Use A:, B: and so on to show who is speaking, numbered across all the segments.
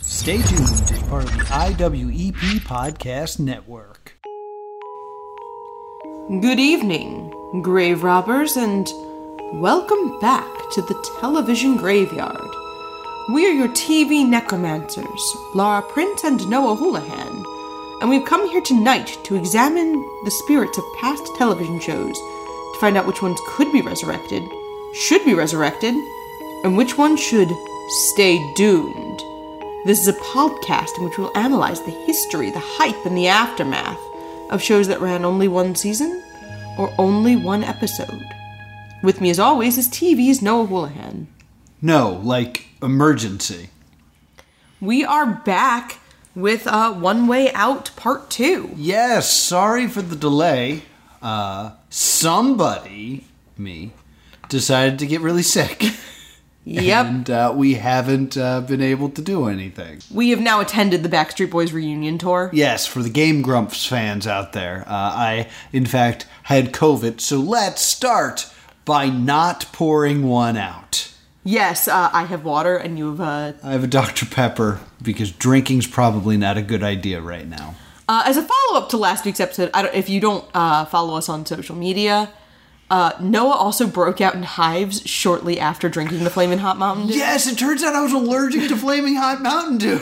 A: Stay tuned is part of the IWEP Podcast Network.
B: Good evening, grave robbers, and welcome back to the television graveyard. We are your TV necromancers, Laura Prince and Noah Houlihan, and we've come here tonight to examine the spirits of past television shows to find out which ones could be resurrected, should be resurrected, and which ones should stay doomed. This is a podcast in which we'll analyze the history, the hype, and the aftermath of shows that ran only one season or only one episode. With me, as always, is TV's Noah Houlihan.
A: No, like emergency.
B: We are back with uh, One Way Out Part 2.
A: Yes, sorry for the delay. Uh, somebody, me, decided to get really sick.
B: Yep.
A: And uh, we haven't uh, been able to do anything.
B: we have now attended the Backstreet Boys reunion tour.
A: Yes, for the Game Grumps fans out there, uh, I, in fact, had COVID, so let's start by not pouring one out.
B: Yes, uh, I have water and you have. Uh,
A: I have a Dr. Pepper because drinking's probably not a good idea right now.
B: uh, as a follow up to last week's episode, I don't, if you don't uh, follow us on social media, uh, Noah also broke out in hives shortly after drinking the Flamin' Hot Mountain Dew.
A: Yes, it turns out I was allergic to Flaming Hot Mountain Dew.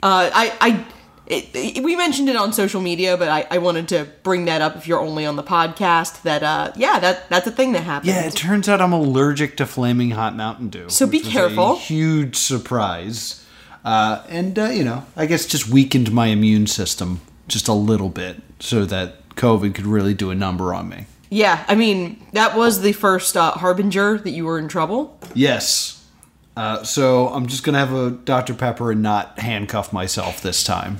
B: Uh, I, I it, it- we mentioned it on social media, but I, I wanted to bring that up if you're only on the podcast. That uh, yeah, that that's a thing that happens.
A: Yeah, it turns out I'm allergic to Flaming Hot Mountain Dew.
B: So be
A: which was
B: careful.
A: A huge surprise. Uh, and, uh, you know, I guess just weakened my immune system just a little bit so that COVID could really do a number on me.
B: Yeah, I mean that was the first uh, harbinger that you were in trouble.
A: Yes. Uh, so I'm just going to have a Dr. Pepper and not handcuff myself this time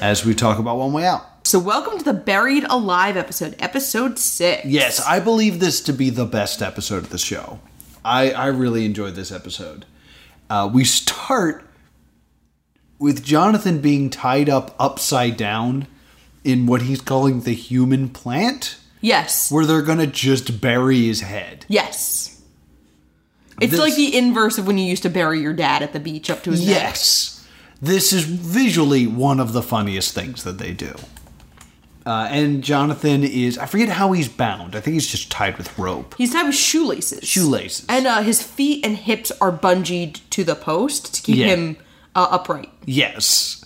A: as we talk about One Way Out.
B: So welcome to the Buried Alive episode, episode six.
A: Yes, I believe this to be the best episode of the show. I, I really enjoyed this episode. Uh, we start with Jonathan being tied up upside down in what he's calling the human plant,
B: Yes.
A: where they're going to just bury his head.
B: yes. It's
A: This-
B: like the inverse of when you used to bury your dad at the beach up to his neck.
A: Yes. This is visually one of the funniest things that they do. Uh, and Jonathan is, I forget how he's bound. I think he's just tied with rope.
B: He's tied with shoelaces.
A: Shoelaces.
B: And uh, his feet and hips are bungeed to the post to keep
A: Yeah.
B: him uh, upright.
A: Yes.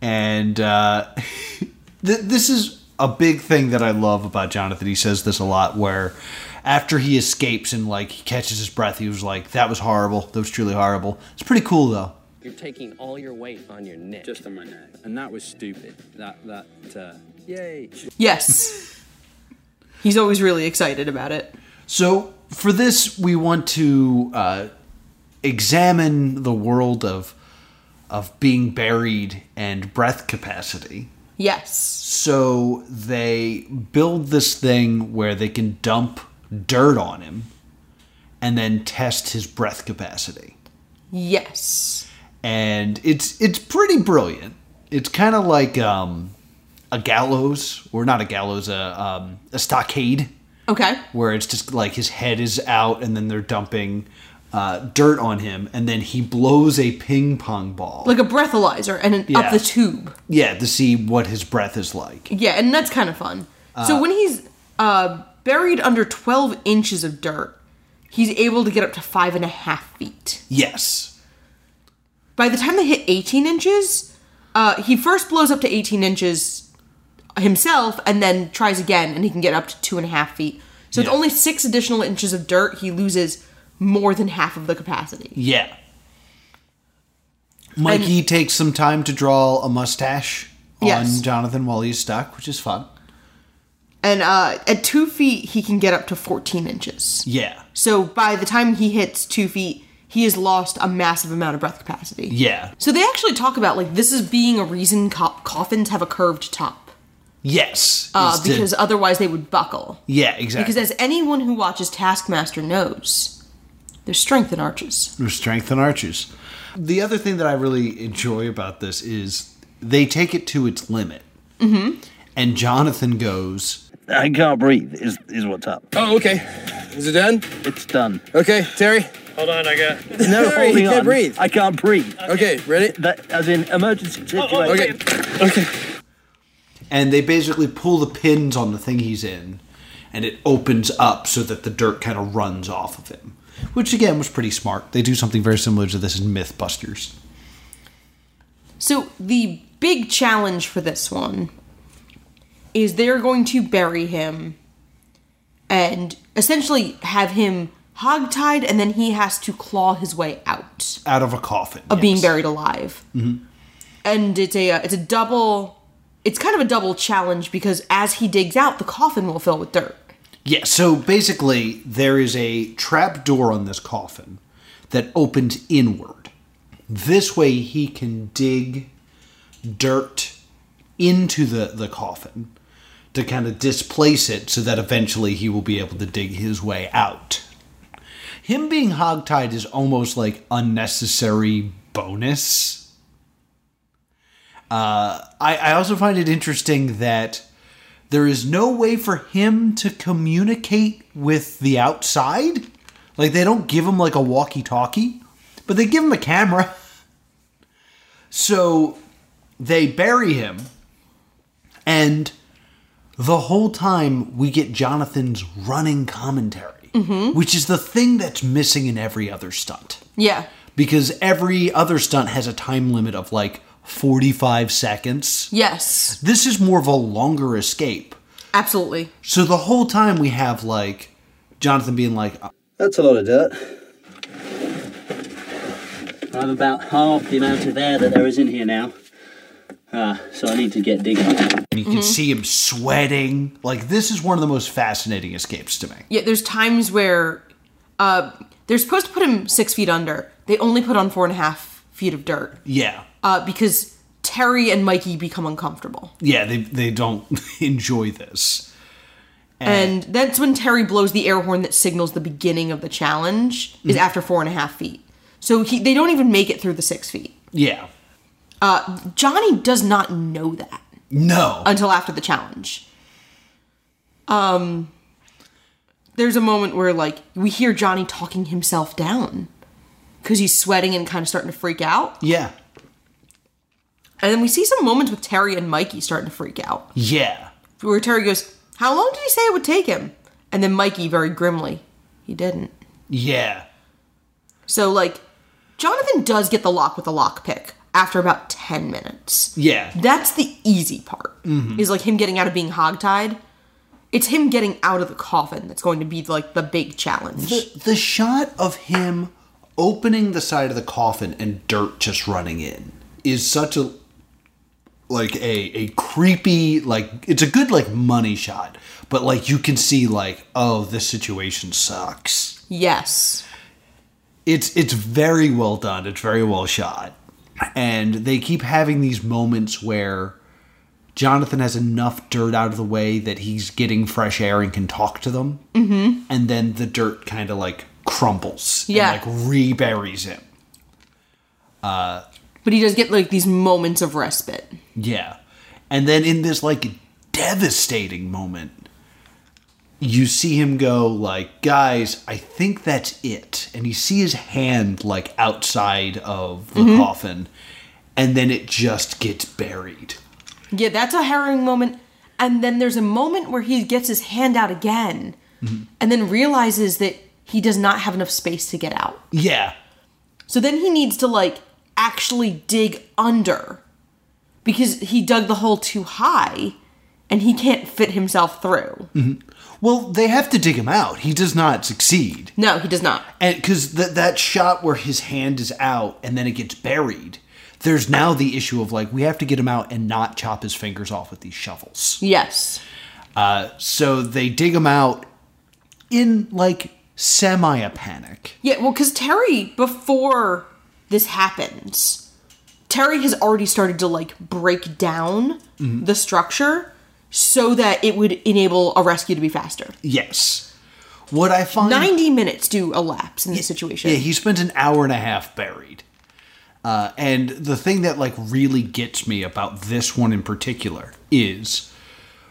A: And uh, th- this is a big thing that I love about Jonathan. He says this a lot where after he escapes and like he catches his breath, he was like, that was horrible. That was truly horrible. It's pretty cool though.
C: You're taking all your weight on your neck.
D: just on my neck. And that was stupid. That that uh, yay.
B: Yes. He's always really excited about it.
A: So for this, we want to uh, examine the world of of being buried and breath capacity.
B: Yes.
A: So they build this thing where they can dump dirt on him and then test his breath capacity.
B: Yes.
A: And it's it's pretty brilliant. It's kind of like um, a gallows, or not a gallows, a, um, a stockade,
B: Okay.
A: where it's just like his head is out and then they're dumping uh, dirt on him and then he blows a ping pong ball.
B: Like a breathalyzer and an
A: Yeah.
B: up the tube.
A: yeah, to see what his breath is like.
B: Yeah, and that's kind of fun. so when he's uh, buried under 12 inches of dirt, he's able to get up to five and a half feet.
A: Yes.
B: By the time they hit 18 inches, uh, he first blows up to 18 inches himself and then tries again, and he can get up to two and a half feet. So
A: Yeah.
B: it's only six additional inches of dirt. He loses more than half of the capacity.
A: Yeah. Mikey takes some time to draw a mustache on
B: Yes.
A: Jonathan while he's stuck, which is fun.
B: And uh, at two feet, he can get up to 14 inches.
A: Yeah.
B: So by the time he hits two feet, he has lost a massive amount of breath capacity.
A: Yeah.
B: So they actually talk about like this is being a reason co- coffins have a curved top
A: Yes.
B: uh,
A: It's to-
B: because otherwise they would buckle.
A: yeah, exactly.
B: Because as anyone who watches Taskmaster knows, there's strength in arches.
A: There's strength in arches. The other thing that I really enjoy about this is they take it to its limit. Mm-hmm. And Jonathan goes,
E: I can't breathe. Is is what's up?
D: Oh, okay. Is it done?
E: It's done.
D: Okay, Terry,
E: Hold on, I got.
F: No,
G: Sorry, he
F: holding
G: can't
F: on.
G: breathe.
F: I can't breathe.
G: Okay, ready?
F: That, as in emergency situation.
G: Okay.
E: Okay.
A: and they basically pull the pins on the thing he's in and it opens up so that the dirt kind of runs off of him which again was pretty smart they do something very similar to this in mythbusters
B: So the big challenge for this one is they're going to bury him and essentially have him hogtied and then he has to claw his way out
A: out of a coffin
B: of being
A: yes.
B: buried alive. And it's a uh, it's a double it's kind of a double challenge because as he digs out the coffin will fill with dirt.
A: yeah so basically there is a trap door on this coffin that opens inward this way he can dig dirt into the, the coffin to kind of displace it so that eventually he will be able to dig his way out. Him being hogtied is almost like unnecessary bonus. Uh, I, I also find it interesting that there is no way for him to communicate with the outside. Like they don't give him like a walkie-talkie, but they give him a camera. So they bury him and the whole time we get jonathan's running commentary which is the thing that's missing in every other stunt
B: Yeah.
A: because every other stunt has a time limit of like 45 seconds
B: Yes.
A: this is more of a longer escape
B: Absolutely.
A: so the whole time we have like jonathan being like uh,
F: That's a lot of dirt. I'm about half the amount of air that there is in here now. Uh, so I need to get digging.
A: and you can see him sweating like this is one of the most fascinating escapes to me
B: Yeah, there's times where uh, they're supposed to put him six feet under. They only put on four and a half feet of dirt
A: yeah
B: uh, because Terry and Mikey become uncomfortable.
A: yeah they, they don't enjoy this
B: And that's when Terry blows the air horn that signals the beginning of the challenge is after four and a half feet. So he, they don't even make it through the six feet.
A: yeah
B: Johnny does not know that
A: no
B: until after the challenge. Um, there's a moment where like we hear Johnny talking himself down because he's sweating and kind of starting to freak out.
A: yeah
B: And then we see some moments with Terry and Mikey starting to freak out.
A: Yeah.
B: Where Terry goes, How long did he say it would take him? And then Mikey very grimly, He didn't.
A: Yeah.
B: So, like, Jonathan does get the lock with the lockpick after about 10 minutes.
A: Yeah.
B: That's the easy part, is like him getting out of being hogtied. It's him getting out of the coffin that's going to be like the big challenge.
A: The, the shot of him opening the side of the coffin and dirt just running in is such a like a a creepy like it's a good like money shot, but like you can see like oh this situation sucks.
B: yes.
A: It's it's very well done. It's very well shot. And they keep having these moments where Jonathan has enough dirt out of the way that he's getting fresh air and can talk to them. Mm-hmm. And then the dirt kind of like crumbles. and,
B: Yeah.
A: like reburies him.
B: But he does get like these moments of respite.
A: Yeah. And then in this like devastating moment, you see him go like, "Guys, I think that's it." And you see his hand like outside of the coffin, and then it just gets buried.
B: Yeah, that's a harrowing moment. And then there's a moment where he gets his hand out again and then realizes that he does not have enough space to get out.
A: Yeah.
B: So then he needs to like actually dig under because he dug the hole too high and he can't fit himself through.
A: Well, they have to dig him out. He does not succeed.
B: No, he does not.
A: and because that that shot where his hand is out and then it gets buried there's now the issue of like we have to get him out and not chop his fingers off with these shovels
B: Yes.
A: Uh, so they dig him out in like semi a panic
B: Yeah, well, because Terry, before this happens, Terry has already started to like break down
A: Mm-hmm.
B: the structure so that it would enable a rescue to be faster.
A: yes what i find
B: 90 minutes do elapse in this situation.
A: Yeah, he spent an hour and a half buried. Uh, and the thing that like really gets me about this one in particular is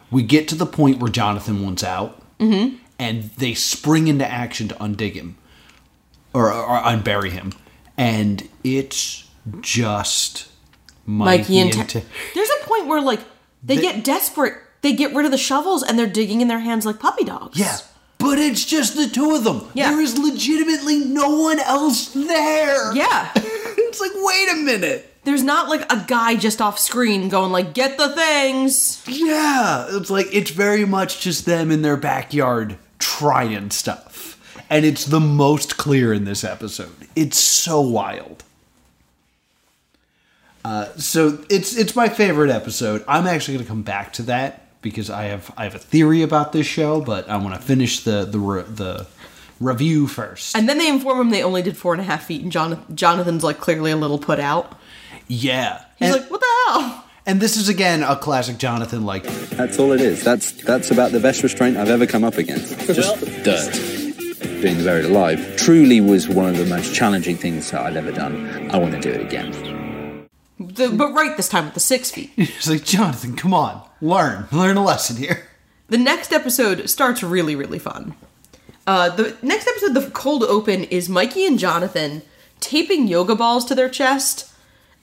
A: we get to the point where Jonathan wants out, and they spring into action to undig him. or, or unbury him, and it's just
B: Mikey and, Ta-
A: Ta-
B: There's a point where like they,
A: They-
B: get desperate. They get rid of the shovels and they're digging in their hands like puppy dogs.
A: Yeah. But it's just the two of them.
B: Yeah.
A: There is legitimately no one else there.
B: Yeah.
A: it's like, wait a minute.
B: There's not like a guy just off screen going like get the things.
A: Yeah. It's like, it's very much just them in their backyard trying stuff. And it's the most clear in this episode. It's so wild. Uh, so it's it's my favorite episode. I'm actually going to come back to that because I have I have a theory about this show, but I want to finish the the re- the review first.
B: And then they inform him they only did four and a half feet, and Jon- Jonathan's like clearly a little put out.
A: Yeah.
B: He's
A: and,
B: like, what the hell?
A: and this is again a classic Jonathan like
E: That's all it is. That's that's about the best restraint I've ever come up against. Just dirt. Being buried alive truly was one of the most challenging things that I've ever done. I want to do it again.
B: The, but right this time with the six feet.
A: it's like Jonathan, come on. Learn. Learn a lesson here.
B: the next episode starts really really fun. Uh, the next episode, the cold open, is Mikey and Jonathan taping yoga balls to their chest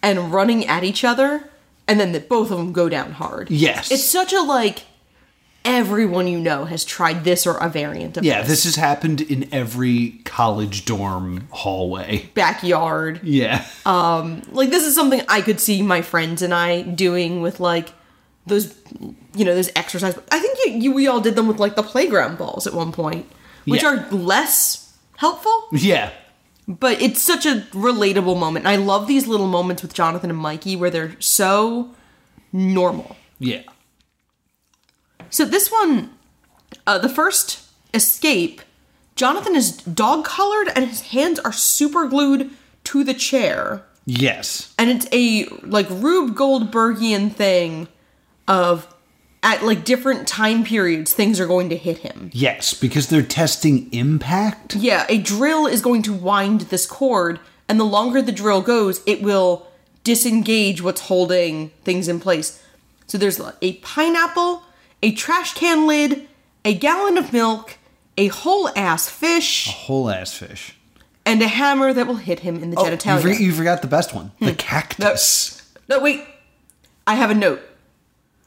B: and running at each other, and then the, both of them go down hard.
A: Yes.
B: It's such a like everyone you know has tried this or a variant of
A: yeah, this has happened in every college dorm hallway. Uh,
B: backyard.
A: Yeah.
B: Like this is something I could see my friends and I doing with like those you know, those exercise I think you, you we all did them with like the playground balls at one point, which
A: Yeah.
B: are less helpful,
A: yeah.
B: but it's such a relatable moment. And I love these little moments with Jonathan and Mikey where they're so normal.
A: Yeah.
B: So this one, uh, the first escape, Jonathan is dog collared and his hands are super glued to the chair,
A: Yes.
B: and it's a like Rube Goldbergian thing of at like different time periods things are going to hit him.
A: Yes, because they're testing impact.
B: Yeah, a drill is going to wind this cord, and the longer the drill goes, it will disengage what's holding things in place. So there's a pineapple, a trash can lid, a gallon of milk, a whole ass fish,
A: Whole ass fish.
B: and a hammer that will hit him in the
A: Oh, you,
B: genitalia.
A: for- you forgot the best one. The cactus.
B: no, wait. I have a note.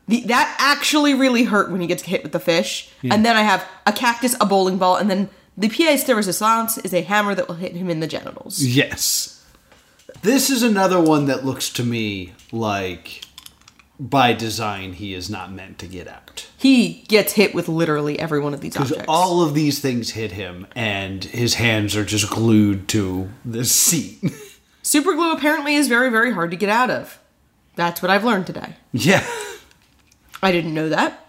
B: The, that actually really hurt when he gets hit with the fish. And then I have a cactus, a bowling ball, and then the pièce de résistance is a hammer that will hit him in the genitals.
A: Yes. This is another one that looks to me like by design he is not meant to get out.
B: he gets hit with literally every one of these objects.
A: all of these things hit him and his hands are just glued to the seat
B: Super glue apparently is very, very hard to get out of. That's what I've learned today.
A: yeah
B: I didn't know that.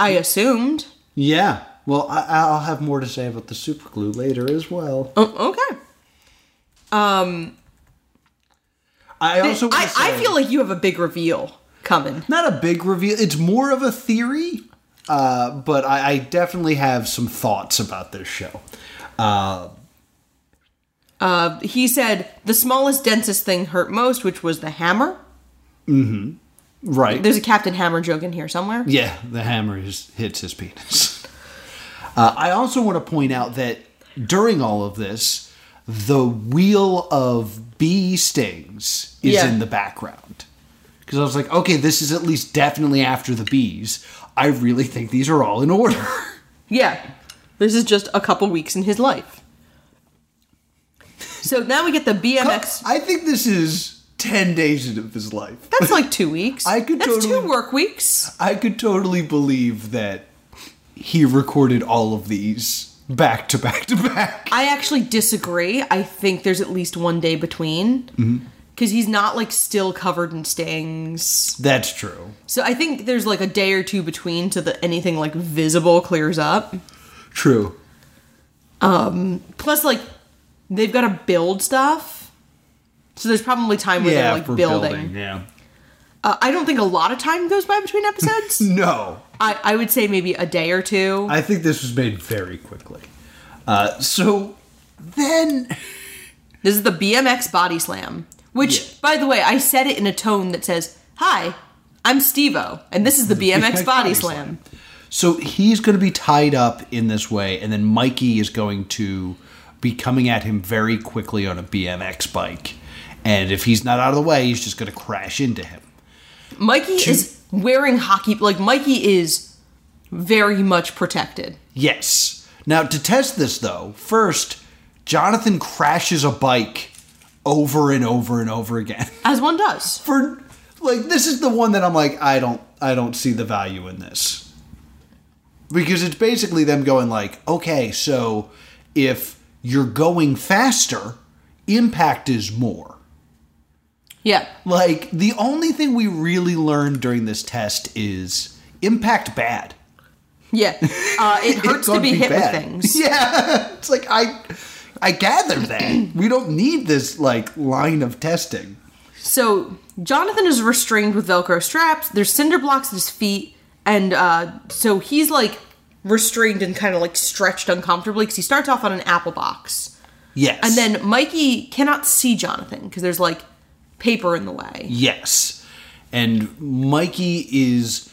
B: I assumed.
A: yeah well I, i'll have more to say about the super glue later as well
B: Oh, okay.
A: i also wanna
B: I, I
A: say-
B: feel like you have a big reveal coming.
A: not a big reveal it's more of a theory uh, but I, I definitely have some thoughts about this show
B: He said the smallest, densest thing hurt most, which was the hammer.
A: right
B: There's a Captain Hammer joke in here somewhere.
A: Yeah, the hammer is, hits his penis. Uh, I also want to point out that during all of this, the wheel of bee stings is
B: Yeah.
A: in the background. Because I was like, okay, this is at least definitely after the bees. I really think these are all in order.
B: Yeah. This is just a couple weeks in his life. So now we get the BMX.
A: I think this is 10 days of his life.
B: That's like two weeks.
A: I could
B: That's
A: totally-
B: two work weeks.
A: I could totally believe that he recorded all of these back to back to back.
B: I actually disagree. I think there's at least one day between because he's not like still covered in stings.
A: That's true.
B: So I think there's like a day or two between to the anything like visible clears up.
A: True.
B: Plus, like they've got to build stuff, so there's probably time where they're like building.
A: Yeah.
B: Uh, I don't think a lot of time goes by between episodes.
A: No,
B: I, I would say maybe a day or two.
A: I think this was made very quickly. Uh, so then,
B: This is the BMX Body Slam, which,
A: Yeah.
B: by the way, I said it in a tone that says, Hi, I'm Stevo, and this is the BMX Body
A: Body
B: Slam.
A: so he's going to be tied up in this way, and then Mikey is going to be coming at him very quickly on a BMX bike. And if he's not out of the way, he's just going to crash into him.
B: Mikey is wearing hockey. Like Mikey is very much protected.
A: Yes. Now, to test this, though, first, Jonathan crashes a bike over and over and over again.
B: As one does.
A: For, like, this is the one that I'm like, I don't, I don't see the value in this. Because it's basically them going, like, okay, so if you're going faster, impact is more.
B: Yeah.
A: Like, the only thing we really learned during this test is impact bad.
B: Yeah. Uh, it hurts to
A: gonna
B: be,
A: be
B: hit
A: bad.
B: with things.
A: Yeah, it's like I, I gathered that we don't need this like line of testing.
B: So Jonathan is restrained with Velcro straps. There's cinder blocks at his feet, and uh, so he's like restrained and kind of like stretched uncomfortably because he starts off on an apple box,
A: Yes,
B: and then Mikey cannot see Jonathan because there's like paper in the way.
A: yes, and Mikey is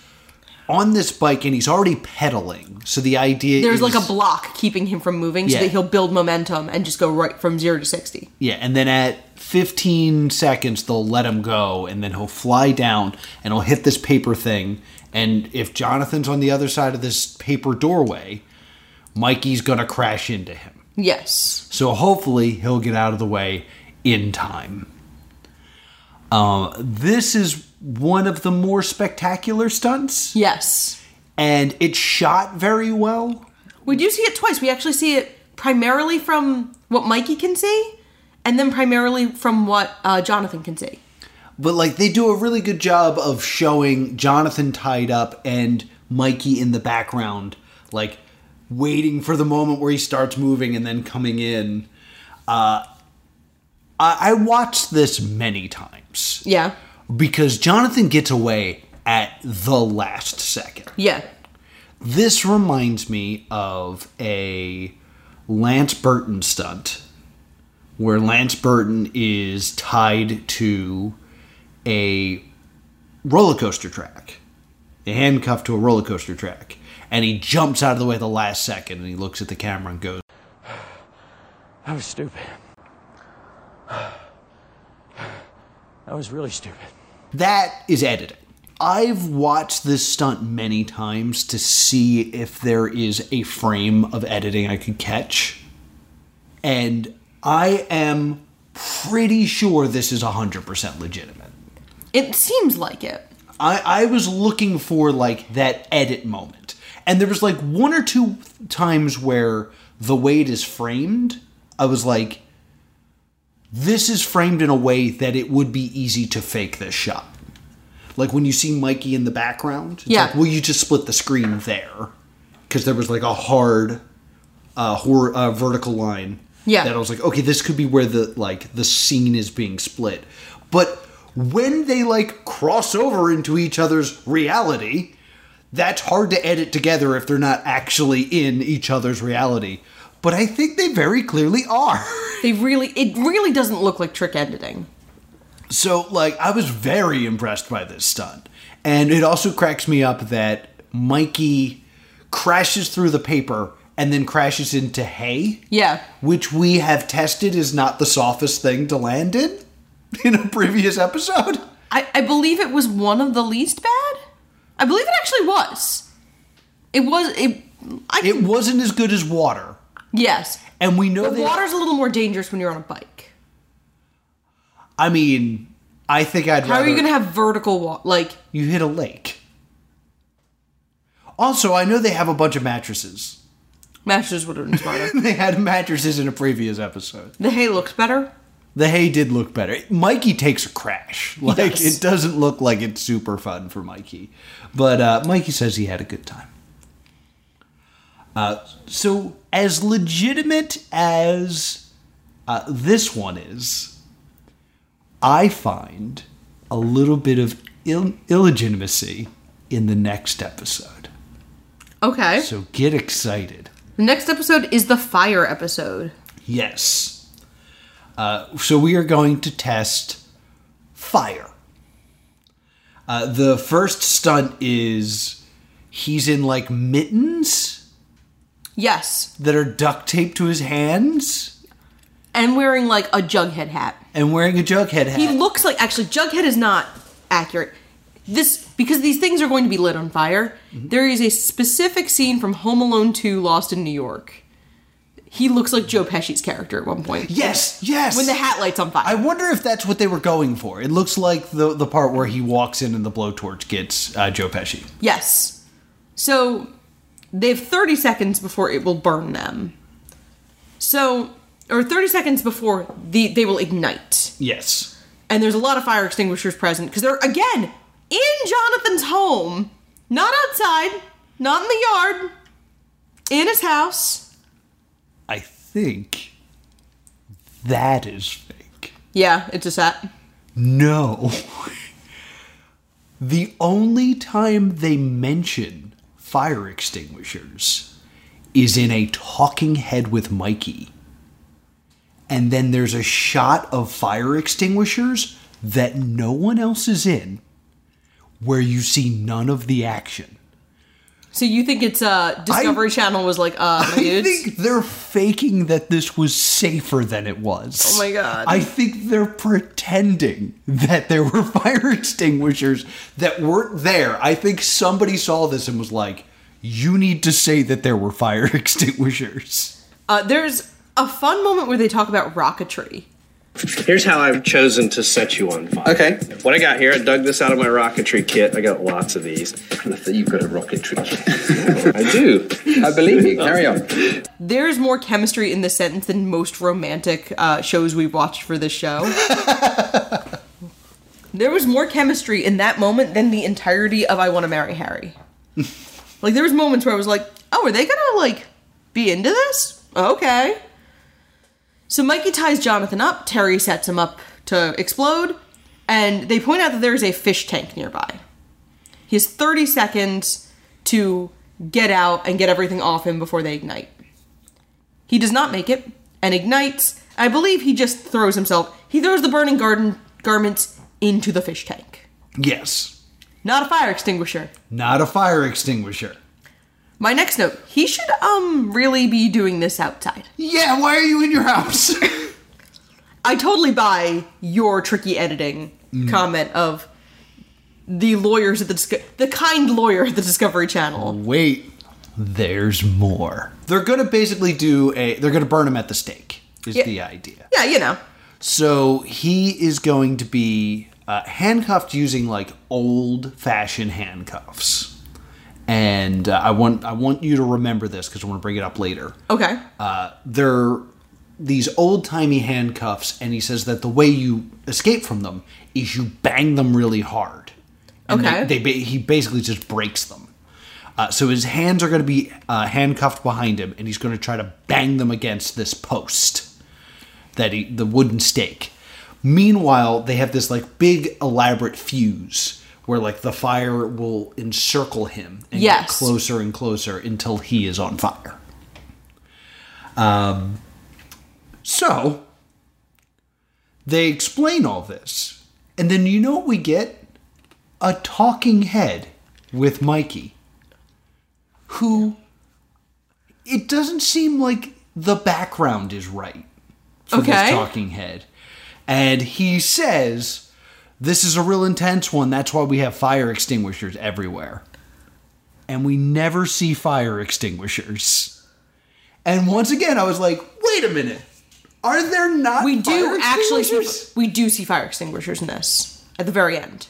A: on this bike and he's already pedaling. So the idea is,
B: There's like a block keeping him from moving so
A: Yeah.
B: that he'll build momentum and just go right from zero to sixty.
A: yeah, and then at 15 seconds they'll let him go, and then he'll fly down and he'll hit this paper thing. And if Jonathan's on the other side of this paper doorway, Mikey's gonna crash into him.
B: Yes.
A: So hopefully he'll get out of the way in time. Uh, this is one of the more spectacular stunts,
B: Yes.
A: and it's shot very well.
B: We do see it twice. We actually see it primarily from what Mikey can see, and then primarily from what uh, Jonathan can see.
A: But like they do a really good job of showing Jonathan tied up and Mikey in the background, like waiting for the moment where he starts moving and then coming in. Uh, I, I watched this many times.
B: Yeah.
A: because Jonathan gets away at the last second.
B: Yeah.
A: This reminds me of a Lance Burton stunt where Lance Burton is tied to a roller coaster track, a handcuff to a roller coaster track, and he jumps out of the way at the last second and he looks at the camera and goes,
G: That was stupid. That was really stupid.
A: That is editing. I've watched this stunt many times to see if there is a frame of editing I could catch. And I am pretty sure this is 100% legitimate.
B: It seems like it.
A: I, I was looking for like that edit moment. And there was like one or two times where the way it is framed, I was like, this is framed in a way that it would be easy to fake this shot. Like when you see Mikey in the background, it's
B: Yeah.
A: like, well, you just split the screen there. Because there was like a hard uh, hor- uh, vertical line.
B: Yeah.
A: That I was like, okay, this could be where the like the scene is being split. But when they like cross over into each other's reality, that's hard to edit together if they're not actually in each other's reality. But I think they very clearly are.
B: They really it really doesn't look like trick editing.
A: So like I was very impressed by this stunt. And it also cracks me up that Mikey crashes through the paper and then crashes into hay.
B: Yeah.
A: which we have tested is not the softest thing to land in in a previous episode.
B: I, I believe it was one of the least bad. I believe it actually was. It was it I
A: It wasn't as good as water.
B: yes.
A: And we know that
B: Water's a little more dangerous when you're on a bike.
A: I mean, I think I'd
B: How
A: rather
B: are you gonna have vertical wa- like
A: you hit a lake. Also, I know they have a bunch of mattresses.
B: Masters would have been smarter.
A: They had mattresses in a previous episode.
B: the hay looks better.
A: The hay did look better. Mikey takes a crash. Like
B: does.
A: it doesn't look like it's super fun for Mikey, but uh, Mikey says he had a good time. Uh, So, as legitimate as uh, this one is, I find a little bit of Ill- illegitimacy in the next episode.
B: Okay.
A: So, get excited.
B: the next episode is the fire episode.
A: Yes. Uh, so, we are going to test fire. Uh, the first stunt is he's in like mittens
B: Yes.
A: that are duct taped to his hands.
B: and wearing like a Jughead hat.
A: and wearing a Jughead hat.
B: He looks like actually Jughead is not accurate. This because these things are going to be lit on fire.
A: Mm-hmm.
B: there is a specific scene from Home Alone 2 Lost in New York. He looks like Joe Pesci's character at one point.
A: yes, yes.
B: When the hat lights on fire.
A: I wonder if that's what they were going for. It looks like the the part where he walks in and the blowtorch gets uh, Joe Pesci.
B: Yes. So they have 30 seconds before it will burn them. So, or 30 seconds before the, they will ignite.
A: Yes.
B: And there's a lot of fire extinguishers present because they're, again, in Jonathan's home, not outside, not in the yard, in his house.
A: I think that is fake.
B: Yeah, it's a set.
A: No. the only time they mention fire extinguishers is in a talking head with Mikey. And then there's a shot of fire extinguishers that no one else is in where you see none of the action.
B: So you think it's uh Discovery Channel was like uh
A: I
B: dudes?
A: think they're faking that this was safer than it was.
B: Oh my God.
A: I think they're pretending that there were fire extinguishers that weren't there. I think somebody saw this and was like, you need to say that there were fire extinguishers.
B: uh, there's a fun moment where they talk about rocketry.
H: Here's how I've chosen to set you on fire.
E: Okay.
H: What I got here, I dug this out of my rocketry kit. I got lots of these.
E: You've got a rocket trick.
H: I do.
E: I believe you. Carry on.
B: there's more chemistry in this sentence than most romantic uh, shows we've watched for this show. there was more chemistry in that moment than the entirety of I Want to Marry Harry. like, there was moments where I was like, oh, are they gonna, like, be into this? Okay. So Mikey ties Jonathan up, Terry sets him up to explode, and they point out that there is a fish tank nearby. He has 30 seconds to get out and get everything off him before they ignite. He does not make it and ignites. I believe he just throws himself. He throws the burning garden garments into the fish tank.
A: Yes.
B: Not a fire extinguisher.
A: Not a fire extinguisher.
B: My next note, he should um really be doing this outside.
A: Yeah, why are you in your house?
B: I totally buy your tricky editing
A: Mm.
B: comment of the lawyers at the disco- the kind lawyer at the Discovery Channel.
A: Wait, there's more. They're going to basically do a, they're going to burn him at the stake, is
B: Yeah.
A: the idea.
B: Yeah, you know.
A: So he is going to be uh, handcuffed using like old fashioned handcuffs. And uh, I want I want you to remember this because I want to bring it up later.
B: Okay.
A: Uh, they're these old timey handcuffs, and he says that the way you escape from them is you bang them really hard. And
B: Okay.
A: They, they ba- he basically just breaks them. Uh, so his hands are going to be uh, handcuffed behind him, and he's going to try to bang them against this post that he, the wooden stake. Meanwhile, they have this like big elaborate fuse where like the fire will encircle him and get
B: Yes.
A: closer and closer until he is on fire. Um, so they explain all this, and then you know what we get? A talking head with Mikey, who it doesn't seem like the background is right for
B: Okay.
A: this talking head. And he says, This is a real intense one. That's why we have fire extinguishers everywhere. And we never see fire extinguishers. And once again, I was like, Wait a minute. Are there not?
B: We do
A: fire
B: actually
A: extinguishers?"
B: see, we do see fire extinguishers in this at the very end.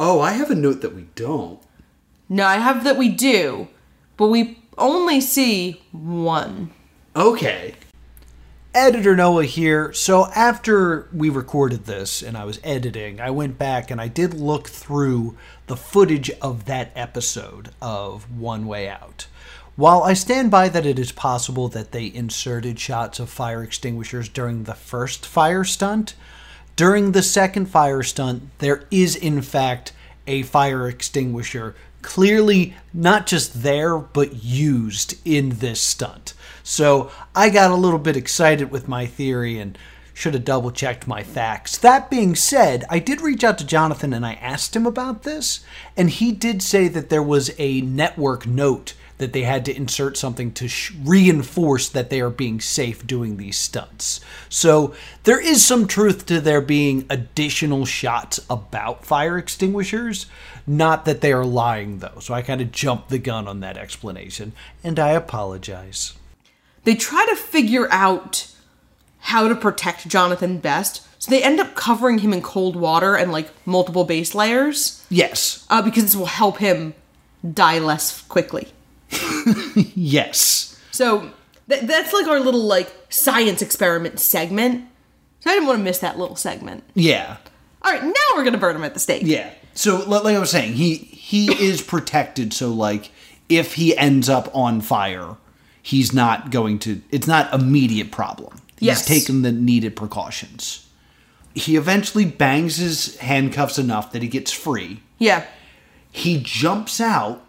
A: Oh, I have a note that we don't.
B: No, I have that we do, but we only see one.
A: Okay. Editor Noah here. So after we recorded this and I was editing, I went back and I did look through the footage of that episode of One Way Out. While I stand by that it is possible that they inserted shots of fire extinguishers during the first fire stunt, during the second fire stunt, there is in fact a fire extinguisher clearly not just there but used in this stunt. So I got a little bit excited with my theory and should have double checked my facts. That being said, I did reach out to Jonathan and I asked him about this, and he did say that there was a network note that they had to insert something to sh- reinforce that they are being safe doing these stunts. So there is some truth to there being additional shots about fire extinguishers, not that they are lying though. So I kind of jumped the gun on that explanation, and I apologize.
B: They try to figure out how to protect Jonathan best, so they end up covering him in cold water and like multiple base layers
A: Yes,
B: uh, because this will help him die less quickly.
A: yes.
B: So th- that's like our little like science experiment segment. So I didn't want to miss that little segment.
A: Yeah.
B: All right, now we're gonna burn him at the stake.
A: Yeah. So li- like I was saying, he he is protected. So like if he ends up on fire, he's not going to. It's not immediate problem.
B: Yes.
A: He's taken the needed precautions. He eventually bangs his handcuffs enough that he gets free.
B: Yeah.
A: He jumps out,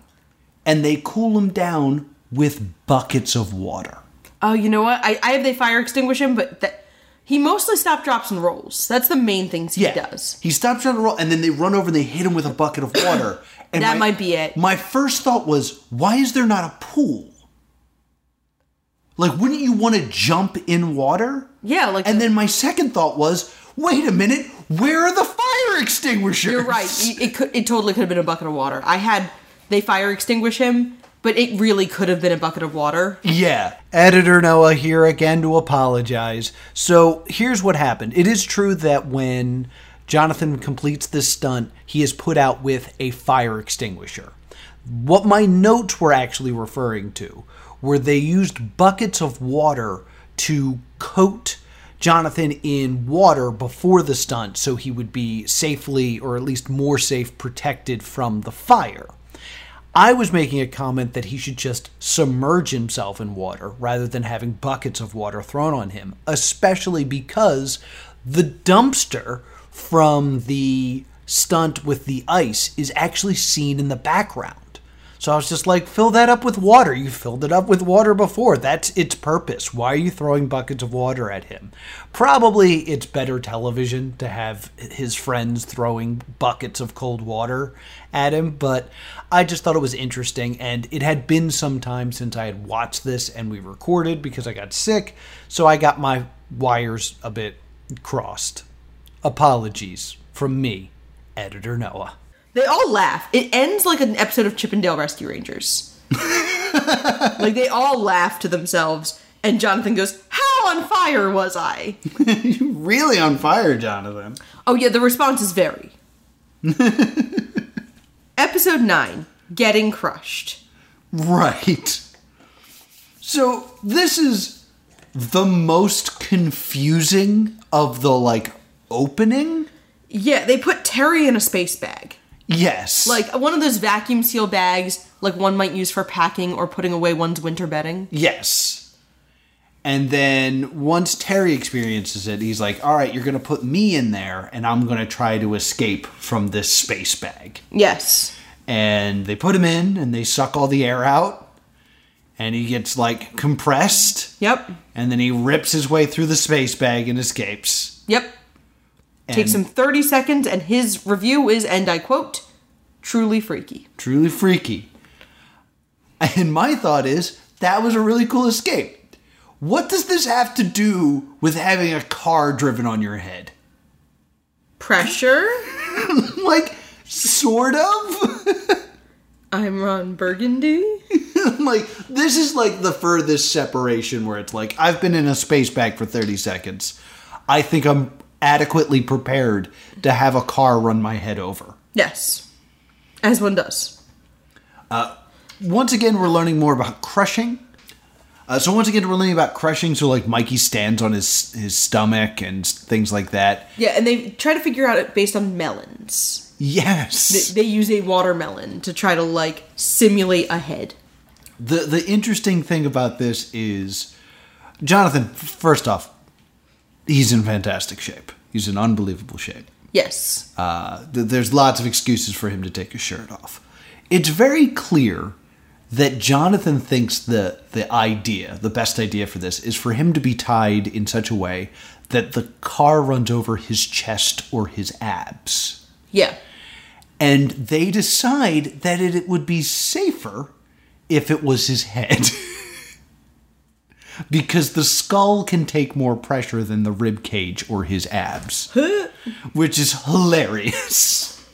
A: and they cool him down with buckets of water.
B: Oh, you know what? I, I have the fire extinguish him, but that he mostly stop, drops, and rolls. That's the main things he does.
A: He stops trying to roll, and then they run over and they hit him with a bucket of water. And
B: That
A: my-
B: might be it.
A: My first thought was, why is there not a pool? Like, wouldn't you want to jump in water?
B: Yeah, like
A: And then my second thought was, wait a minute, where are the fire extinguishers?
B: You're right. It, it could. It totally could have been a bucket of water. I had they fire extinguish him, but it really could have been a bucket of water.
A: Yeah. Editor Noah here again to apologize. So here's what happened. It is true that when Jonathan completes this stunt, he is put out with a fire extinguisher. What my notes were actually referring to were they used buckets of water to coat Jonathan in water before the stunt so he would be safely, or at least more safe, protected from the fire. I was making a comment that he should just submerge himself in water rather than having buckets of water thrown on him, especially because the dumpster from the stunt with the ice is actually seen in the background. So I was just like, fill that up with water. You filled it up with water before. That's its purpose. Why are you throwing buckets of water at him? Probably it's better television to have his friends throwing buckets of cold water at him, but I just thought it was interesting. And it had been some time since I had watched this and we recorded because I got sick. So I got my wires a bit crossed. Apologies from me, Editor Noah.
B: They all laugh. It ends like an episode of Chippendale Rescue Rangers. like they all laugh to themselves, and Jonathan goes, "How on fire was I?"
A: Really on fire, Jonathan.
B: Oh yeah, the responses vary. Episode 9, Getting Crushed.
A: Right. So this is the most confusing of the like opening.
B: Yeah, they put Terry in a space bag.
A: Yes.
B: Like one of those vacuum seal bags like one might use for packing or putting away one's winter bedding.
A: yes. And then once Terry experiences it, he's like, "All right, you're going to put me in there and I'm going to try to escape from this space bag."
B: Yes.
A: And they put him in and they suck all the air out and he gets like compressed
B: Yep.
A: and then he rips his way through the space bag and escapes.
B: Yep. Takes him
A: And-
B: 30 seconds and his review is and I quote, truly freaky.
A: truly freaky. And my thought is that was a really cool escape. What does this have to do with having a car driven on your head?
B: Pressure.
A: Like, sort of?
B: I'm Ron Burgundy.
A: like, this is like the furthest separation where it's like, I've been in a space bag for 30 seconds. I think I'm adequately prepared to have a car run my head over.
B: Yes. As one does.
A: once again, we're learning more about crushing. Uh, so once again, we're learning about crushing. So like Mikey stands on his his stomach and s- things like that.
B: Yeah, and they try to figure out it based on melons.
A: Yes.
B: they use a watermelon to try to like simulate a head.
A: The the interesting thing about this is, Jonathan. f- First off, he's in fantastic shape. He's in unbelievable shape.
B: Yes.
A: Uh, th- there's lots of excuses for him to take his shirt off. It's very clear that Jonathan thinks the the idea, the best idea for this, is for him to be tied in such a way that the car runs over his chest or his abs.
B: Yeah.
A: And they decide that it, it would be safer if it was his head. because the skull can take more pressure than the rib cage or his abs, which is hilarious.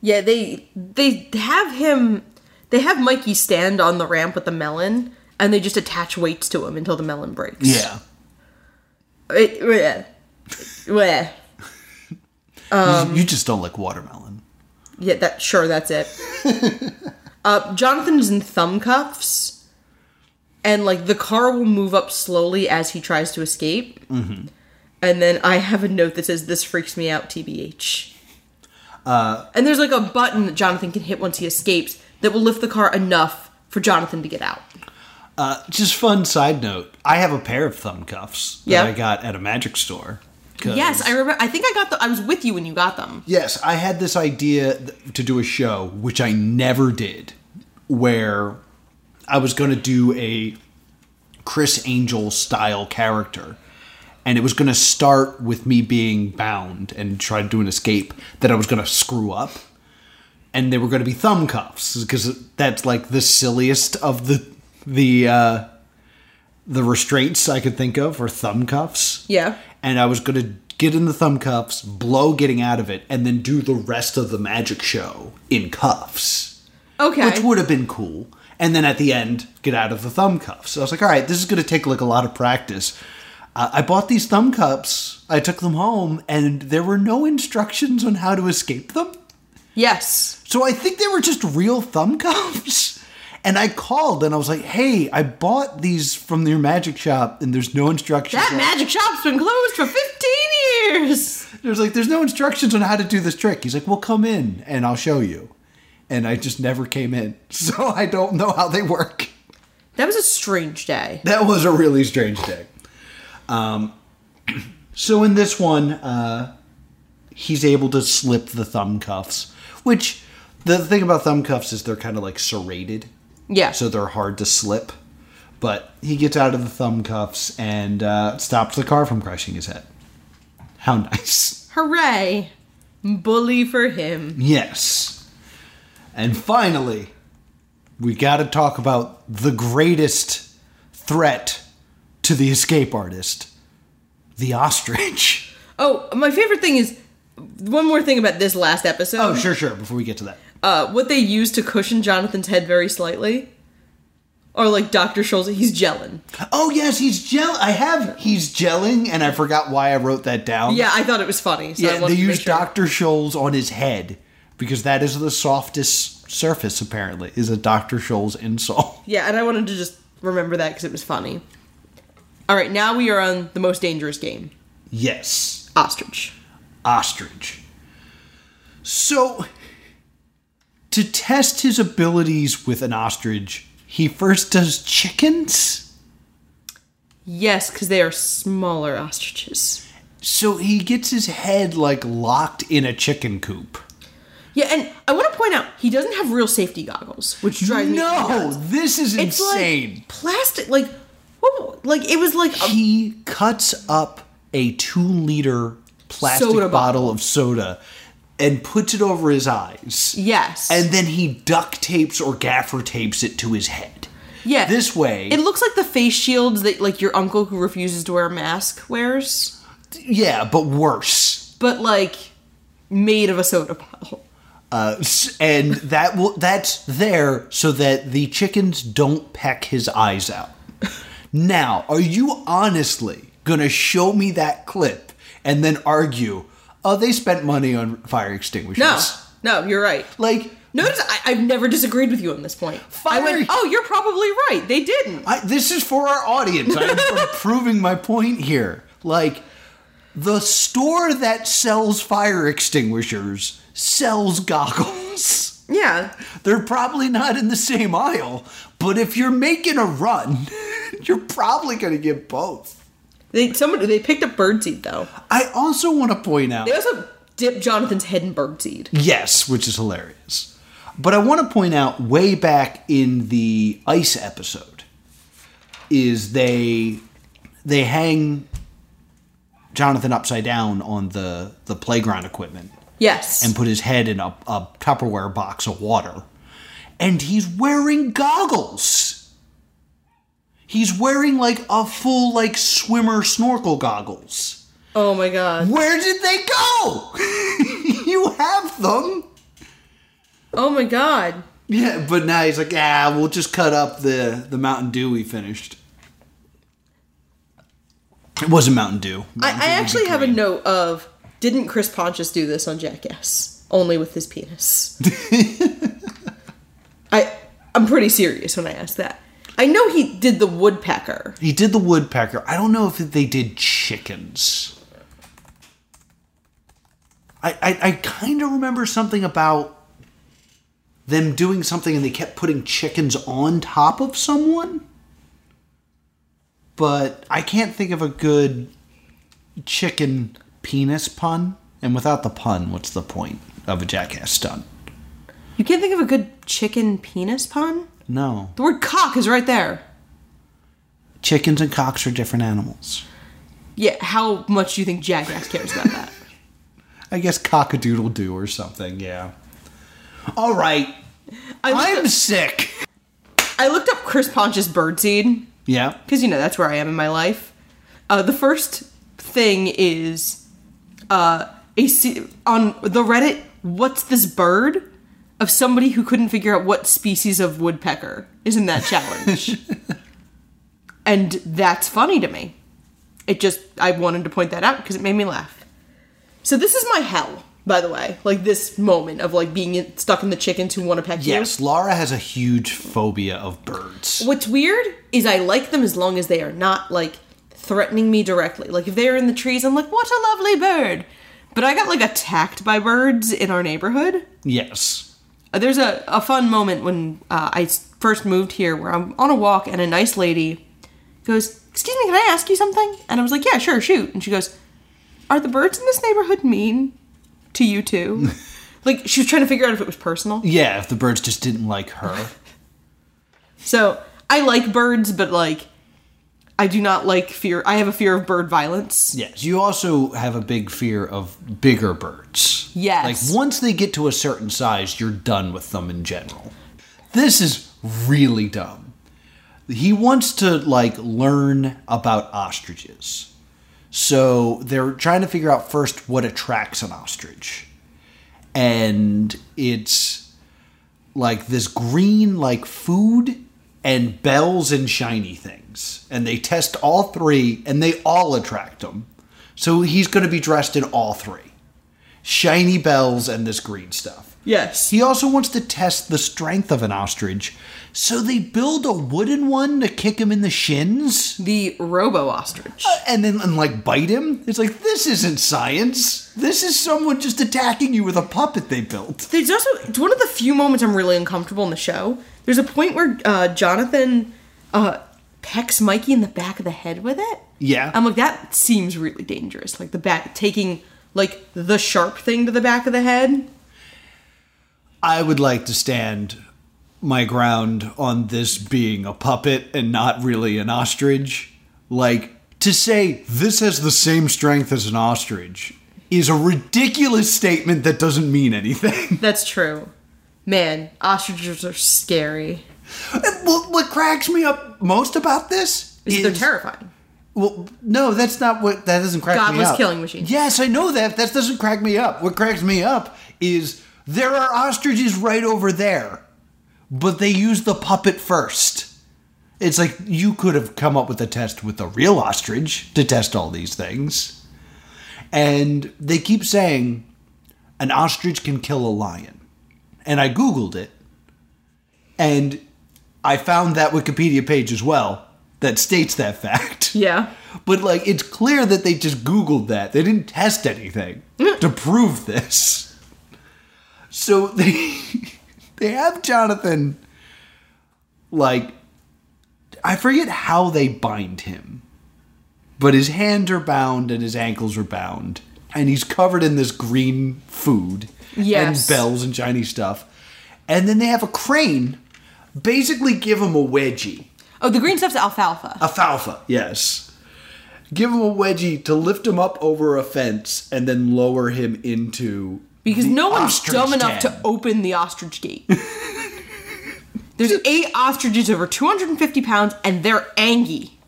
B: Yeah, they they have him they have Mikey stand on the ramp with the melon and they just attach weights to him until the melon breaks.
A: Yeah.
B: It- bleh. Bleh.
A: you just don't like watermelon.
B: Yeah, that sure that's it. uh, Jonathan's in thumb cuffs, and like the car will move up slowly as he tries to escape. Mm-hmm. And then I have a note that says, "This freaks me out, tbh." Uh, and there's like a button that Jonathan can hit once he escapes that will lift the car enough for Jonathan to get out.
A: Uh, Just fun side note. I have a pair of thumb cuffs that
B: Yeah.
A: I got at a magic store. 'cause-
B: Yes, I remember. I think I got the. I was with you when you got them.
A: Yes, I had this idea th- to do a show, which I never did, where I was going to do a Chris Angel style character. And it was going to start with me being bound and try to do an escape that I was going to screw up. And they were going to be thumb cuffs because that's like the silliest of the the uh, the restraints I could think of are thumb cuffs
B: Yeah.
A: and I was going to get in the thumb cuffs, blow getting out of it, and then do the rest of the magic show in cuffs,
B: Okay.
A: which would have been cool. And then at the end, get out of the thumb cuffs. So I was like, all right, this is going to take like a lot of practice. Uh, I bought these thumb cuffs. I took them home, and there were no instructions on how to escape them.
B: yes.
A: So I think they were just real thumb cuffs. And I called and I was like, hey, I bought these from your magic shop, and there's no instructions.
B: That
A: on-
B: magic shop's been closed for 15 years.
A: There's like, there's no instructions on how to do this trick. He's like, well, come in and I'll show you. And I just never came in. So I don't know how they work.
B: That was a strange day.
A: That was a really strange day. Um, so in this one, uh, he's able to slip the thumb cuffs, which the thing about thumb cuffs is they're kind of like serrated.
B: Yeah.
A: So they're hard to slip. But he gets out of the thumb cuffs and uh, stops the car from crashing his head. How nice.
B: Hooray. Bully for him.
A: Yes. And finally, we got to talk about the greatest threat to the escape artist the ostrich.
B: Oh, my favorite thing is one more thing about this last episode.
A: Oh, sure, sure, before we get to that.
B: Uh, what they used to cushion Jonathan's head very slightly. Or like Dr. Scholl's, he's gelling.
A: Oh, yes, he's gel. I have he's gelling, and I forgot why I wrote that down.
B: Yeah, I thought it was funny. So I
A: Yeah,
B: wanted
A: they
B: to make
A: use
B: sure.
A: Dr. Scholl's on his head because that is the softest surface, apparently, is a Dr. Scholl's insole.
B: Yeah, and I wanted to just remember that because it was funny. All right, now we are on the most dangerous game
A: Yes.
B: Ostrich.
A: ostrich. So, to test his abilities with an ostrich, he first does chickens.
B: Yes, because they are smaller ostriches.
A: So he gets his head like locked in a chicken coop.
B: Yeah, and I want to point out he doesn't have real safety goggles, which drives me
A: No,
B: nuts.
A: this is
B: It's
A: insane.
B: like plastic, like what? Like it was like a,
A: he cuts up a two liter plastic
B: Soda
A: bottle,
B: bottle.
A: of soda and puts it over his eyes.
B: yes,
A: And then he duct tapes or gaffer tapes it to his head.
B: yeah,
A: This way.
B: It looks like the face shields that like your uncle who refuses to wear a mask wears,
A: yeah, but worse.
B: but like made of a soda bottle.
A: Uh, S- and that will that's there so that the chickens don't peck his eyes out. Now, are you honestly gonna show me that clip and then argue? Oh, they spent money on fire extinguishers.
B: No, no, you're right.
A: like
B: Notice I, I've never disagreed with you on this point. I
A: Fiery-
B: went, oh, you're probably right. They didn't.
A: I, this is for our audience. I'm proving my point here. Like the store that sells fire extinguishers sells goggles.
B: yeah,
A: They're probably not in the same aisle, but if you're making a run, you're probably going to get both.
B: they somebody they picked up birdseed though.
A: I also want to point out
B: They also dipped Jonathan's head in birdseed.
A: yes, which is hilarious. But I want to point out way back in the ice episode is they they hang Jonathan upside down on the the playground equipment
B: Yes.
A: and put his head in a, a Tupperware box of water. and he's wearing goggles. He's wearing like a full like swimmer snorkel goggles.
B: Oh my god.
A: Where did they go? you have them.
B: Oh my god.
A: Yeah, but now he's like, ah, we'll just cut up the the Mountain Dew we finished. It wasn't Mountain Dew.
B: I,
A: Mountain
B: I
A: Dew was
B: actually have a
A: green.
B: note of didn't Chris Pontius do this on Jackass? Only with his penis. I I'm pretty serious when I ask that. I know he did the woodpecker.
A: He did the woodpecker. I don't know if they did chickens. I I, I kind of remember something about them doing something and they kept putting chickens on top of someone. But I can't think of a good chicken penis pun. And without the pun, what's the point of a jackass stunt?
B: You can't think of a good chicken penis pun?
A: No.
B: The word cock is right there.
A: Chickens and cocks are different animals.
B: Yeah, how much do you think Jackass cares about that?
A: I guess cockadoodle doo or something, yeah. All right.
B: I looked,
A: I'm
B: up,
A: sick.
B: I looked up Chris Pontius birdseed
A: Yeah.
B: because you know that's where I am in my life. Uh, the first thing is uh, a se- on the Reddit. What's this bird? Of somebody who couldn't figure out what species of woodpecker is in that challenge, and that's funny to me. It just I wanted to point that out because it made me laugh. So this is my hell, by the way. Like this moment of like being in, stuck in the chickens who want to peck you.
A: Yes, Laura has a huge phobia of birds.
B: What's weird is I like them as long as they are not like threatening me directly. Like if they're in the trees, I'm like, what a lovely bird. But I got like attacked by birds in our neighborhood.
A: Yes.
B: Uh, There's a, a fun moment when uh, I s- first moved here where I'm on a walk and a nice lady goes, Excuse me, can I ask you something? And I was like, Yeah, sure, shoot. And she goes, Are the birds in this neighborhood mean to you too? like she was trying to figure out if it was personal.
A: Yeah, if the birds just didn't like her.
B: So I like birds, but like I do not like fear. I have a fear of bird violence.
A: Yes, you also have a big fear of bigger birds.
B: Yes.
A: Like once they get to a certain size, you're done with them in general. This is really dumb. He wants to like learn about ostriches. So they're trying to figure out first what attracts an ostrich. And it's like this green like food and bells and shiny things. And they test all three and they all attract them. So he's going to be dressed in all three shiny bells and this green stuff.
B: Yes.
A: He also wants to test the strength of an ostrich. So they build a wooden one to kick him in the shins
B: The robo ostrich.
A: and then and like bite him. It's like this isn't science. This is someone just attacking you with a puppet they built.
B: There's also it's one of the few moments I'm really uncomfortable in the show. There's a point where uh, Jonathan uh, pecks Mikey in the back of the head with it.
A: Yeah.
B: I'm like that seems really dangerous. Like the back taking like the sharp thing to the back of the head.
A: I would like to stand my ground on this being a puppet and not really an ostrich. Like, to say this has the same strength as an ostrich is a ridiculous statement that doesn't mean anything.
B: That's true. Man, ostriches are scary.
A: And what, what cracks me up most about this
B: Is they're terrifying.
A: Well, no, that's not what that doesn't crack me
B: Godless
A: up.
B: killing machine.
A: Yes, I know that. That doesn't crack me up. What cracks me up is there are ostriches right over there, but they use the puppet first. It's like you could have come up with a test with a real ostrich to test all these things. And they keep saying an ostrich can kill a lion. And I Googled it. And I found that Wikipedia page as well that states that fact.
B: Yeah.
A: But like, it's clear that they just Googled that. They didn't test anything to prove this. So they they have Jonathan like I forget how they bind him, but his hands are bound and his ankles are bound, and he's covered in this green food
B: Yes.
A: and bells and shiny stuff. And then they have a crane basically give him a wedgie
B: Oh, the green stuff's alfalfa.
A: alfalfa. Yes. Give him a wedgie to lift him up over a fence and then lower him into
B: Because
A: the
B: no one's
A: ostrich
B: dumb enough
A: den.
B: to open the ostrich gate. There's eight ostriches over 250 pounds, and they're angy.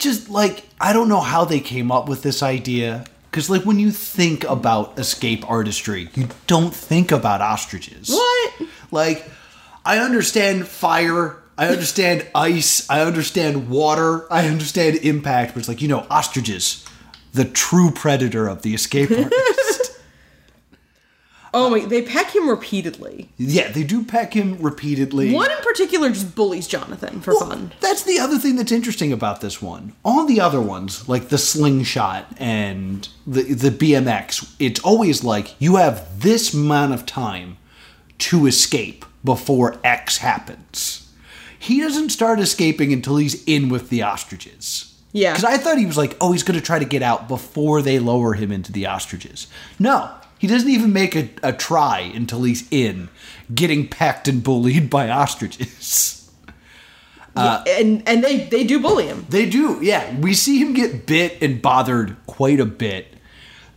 A: just like I don't know how they came up with this idea because like when you think about escape artistry, you don't think about ostriches.
B: What?
A: Like I understand fire, I understand ice, I understand water, I understand impact, but it's like you know ostriches, the true predator of the escape artist.
B: Oh my! They peck him repeatedly.
A: yeah, they do peck him repeatedly.
B: One in particular just bullies Jonathan for fun.
A: That's the other thing that's interesting about this one. All the other ones, like the slingshot and the the BMX, it's always like you have this amount of time to escape before X happens. He doesn't start escaping until he's in with the ostriches.
B: Yeah.
A: Because I thought he was like, oh, he's going to try to get out before they lower him into the ostriches. No, he doesn't even make a, a try until he's in, getting pecked and bullied by ostriches.
B: and and they they do bully him.
A: They do, yeah. We see him get bit and bothered quite a bit.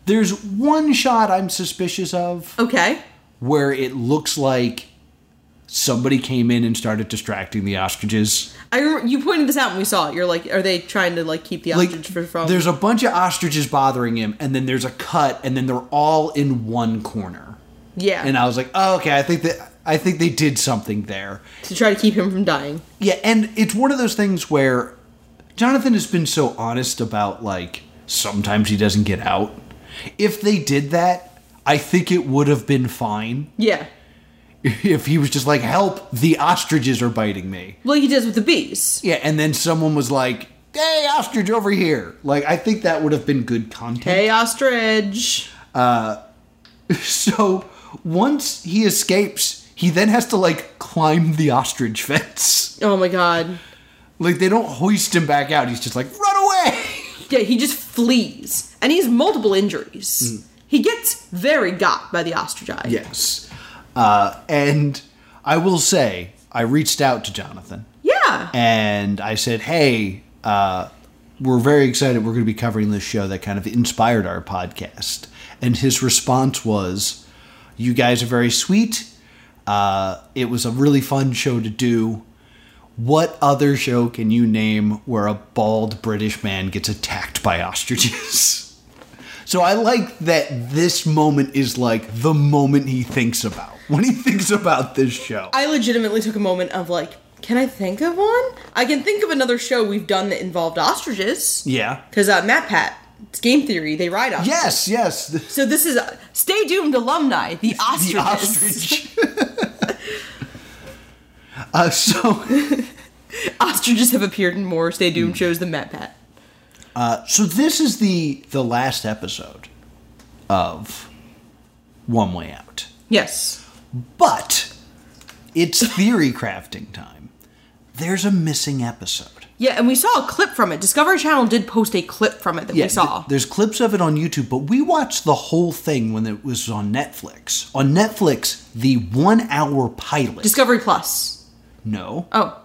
A: There's one shot I'm suspicious of
B: Okay.
A: where it looks like somebody came in and started distracting the ostriches.
B: I remember, you pointed this out when we saw it. You're like, are they trying to like keep the
A: Like,
B: ostrich for from?
A: there's a bunch of ostriches bothering him, and then there's a cut, and then they're all in one corner.
B: yeah,
A: And I was like, oh, okay, I think that I think they did something there.
B: to try to keep him from dying.
A: Yeah, and it's one of those things where Jonathan has been so honest about like sometimes he doesn't get out. If they did that, I think it would have been fine
B: Yeah,
A: if he was just like, "Help, the ostriches are biting me."
B: like he does with the bees.
A: Yeah, and then someone was like, "Hey, ostrich over here." Like I think that would have been good content.
B: Hey, ostrich!
A: So, once he escapes, he then has to like climb the ostrich fence.
B: Oh my god!
A: Like they don't hoist him back out. He's just like, "Run away."
B: Yeah, he just flees, and he has multiple injuries.
A: Hmm.
B: He gets very got by the ostrich eye.
A: Yes. Uh, and I will say, I reached out to Jonathan
B: yeah.
A: and I said, hey, uh, we're very excited. We're going to be covering this show that kind of inspired our podcast. And his response was, you guys are very sweet. Uh, it was a really fun show to do. What other show can you name where a bald British man gets attacked by ostriches? So I like that this moment is like the moment he thinks about when he thinks about this show.
B: I legitimately took a moment of like, can I think of one? I can think of another show we've done that involved ostriches.
A: yeah.
B: Because uh, Matt Pat, it's game theory. They ride
A: Yes,
B: ostriches.
A: yes. The,
B: So this is uh, Stay Doomed alumni, the ostriches.
A: the ostrich. uh, so,
B: Ostriches have appeared in more Stay
A: Hmm.
B: Doomed shows than Matt Pat.
A: uh, so this is the the last episode of One Way Out.
B: Yes.
A: But it's theory crafting time. There's a missing episode.
B: Yeah, and we saw a clip from it. Discovery Channel did post a clip from it that we saw.
A: th- there's clips of it on YouTube, but we watched the whole thing when it was on Netflix. On Netflix, the one hour pilot.
B: Discovery Plus.
A: no.
B: Oh,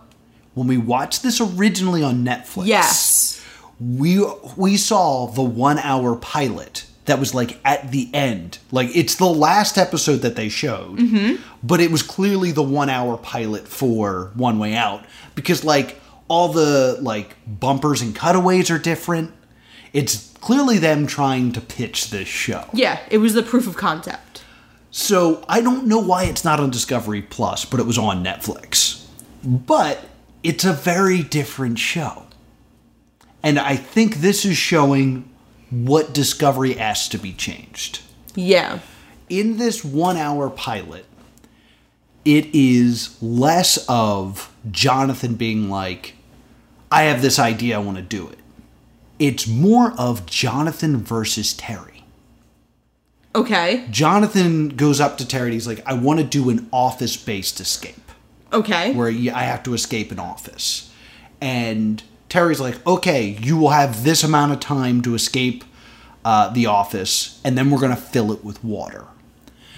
A: When we watched this originally on Netflix,
B: yes.
A: we we saw the one hour pilot that was like at the end. Like it's the last episode that they showed, but it was clearly the one hour pilot for One Way Out because like all the like bumpers and cutaways are different. It's clearly them trying to pitch this show.
B: Yeah, it was the proof of concept.
A: So I don't know why it's not on Discovery Plus, but it was on Netflix. But it's a very different show. And I think this is showing what Discovery asked to be changed.
B: Yeah.
A: In this one hour pilot, it is less of Jonathan being like, I have this idea, I want to do it. It's more of Jonathan versus Terry.
B: Okay.
A: Jonathan goes up to Terry and he's like, I want to do an office based escape
B: Okay.
A: where you- I have to escape an office. And Terry's like, okay, you will have this amount of time to escape uh, the office, and then we're going to fill it with water.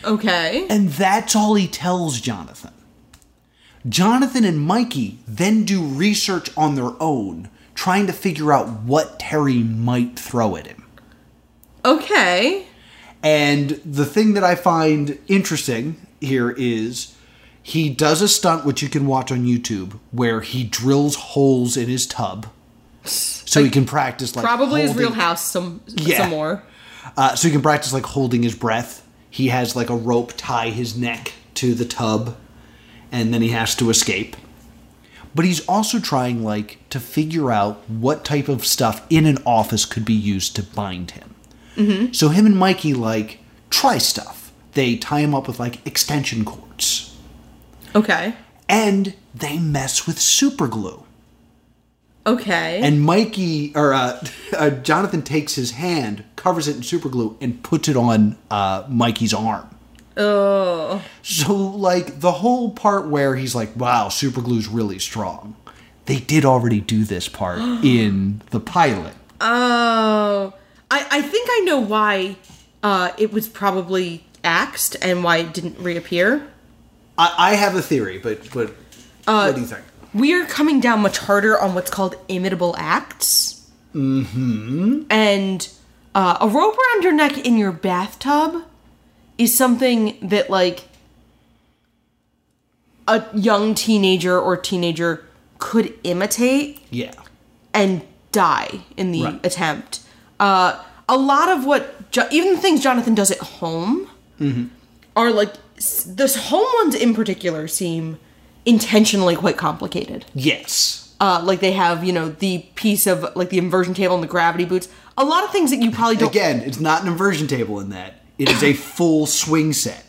B: okay.
A: And that's all he tells Jonathan. Jonathan and Mikey then do research on their own, trying to figure out what Terry might throw at him.
B: okay.
A: And the thing that I find interesting here is He does a stunt which you can watch on YouTube where he drills holes in his tub so he can practice like
B: Probably his
A: holding-
B: Real House some
A: Yeah.
B: some more.
A: Uh, so he can practice like holding his breath. He has like a rope tie his neck to the tub, and then he has to escape. But he's also trying like to figure out what type of stuff in an office could be used to bind him. So him and Mikey like try stuff. They tie him up with like extension cords,
B: Okay.
A: and they mess with super glue.
B: Okay.
A: And Mikey or uh, uh, Jonathan takes his hand, covers it in super glue, and puts it on uh, Mikey's arm.
B: oh.
A: So, like, the whole part where he's like, wow, super glue's really strong. They did already do this part in the pilot.
B: Oh. I, I think I know why uh, it was probably axed and why it didn't reappear.
A: I, I have a theory, but, but
B: Uh,
A: what do you think?
B: we are coming down much harder on what's called imitable acts. Mm-hmm. And uh, a rope around your neck in your bathtub is something that like a young teenager or teenager could imitate
A: Yeah.
B: and die in the
A: Right.
B: attempt. Uh, a lot of what jo- even the things Jonathan does at home are like s- this home ones in particular seem intentionally quite complicated.
A: Yes.
B: Uh, like they have you know the piece of like the inversion table and the gravity boots. A lot of things that you probably don't.
A: Again, it's not an inversion table in that, it is a full swing set.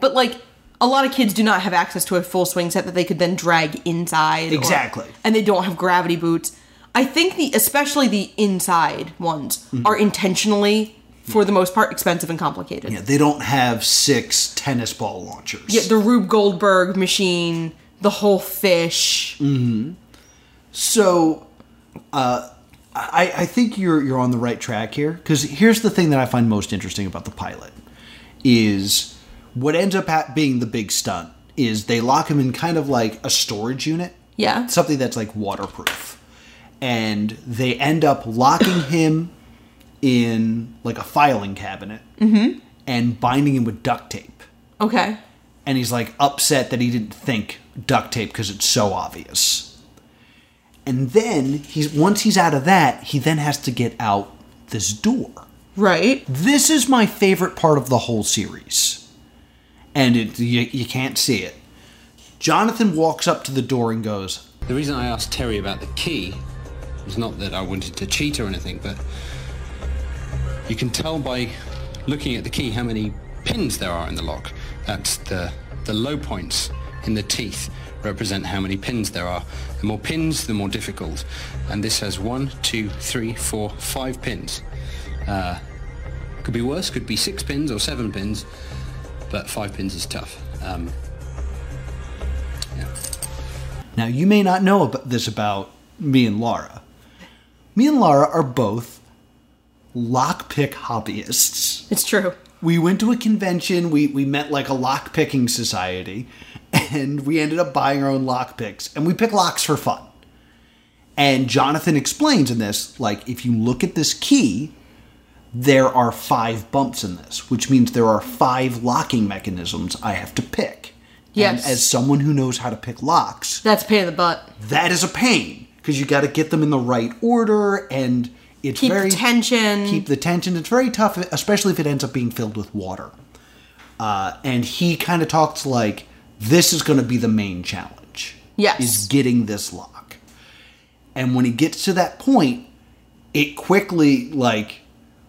B: But like a lot of kids do not have access to a full swing set that they could then drag inside. or-
A: Exactly.
B: and they don't have gravity boots. I think the especially the inside ones
A: Mm-hmm.
B: are intentionally for the most part expensive and complicated.
A: Yeah, they don't have six tennis ball launchers.
B: Yeah, the Rube Goldberg machine, the whole fish.
A: Mm. So, uh, I, I think you're you're on the right track here because here's the thing that I find most interesting about the pilot is what ends up ha- being the big stunt is they lock him in kind of like a storage unit,
B: Yeah.
A: something that's like waterproof, and they end up locking him in like a filing cabinet and binding him with duct tape.
B: Okay.
A: And he's like upset that he didn't think duct tape because it's so obvious. And then he's once he's out of that, he then has to get out this door.
B: Right.
A: This is my favorite part of the whole series, and it you, you can't see it. Jonathan walks up to the door and goes,
I: The reason I asked Terry about the key was not that I wanted to cheat or anything, but you can tell by looking at the key how many pins there are in the lock. That's the the low points in the teeth represent how many pins there are. The more pins, the more difficult. And this has one, two, three, four, five pins. Uh, could be worse. Could be six pins or seven pins, but five pins is tough. Um, yeah.
A: Now, you may not know about this about me and Laura. Me and Laura are both lockpick hobbyists.
B: It's true.
A: we went to a convention. We we met like a lock picking society, and we ended up buying our own lock picks, and we pick locks for fun. And Jonathan explains in this, like if you look at this key, there are five bumps in this, which means there are five locking mechanisms I have to pick.
B: Yes.
A: And as someone who knows how to pick locks,
B: That's a pain in the butt.
A: that is a pain because you got to get them in the right order and it's
B: Keep the
A: very
B: tension.
A: keep the tension it's very tough especially if it ends up being filled with water uh, and he kind of talks like this is going to be the main challenge
B: Yes.
A: is getting this lock and when he gets to that point it quickly like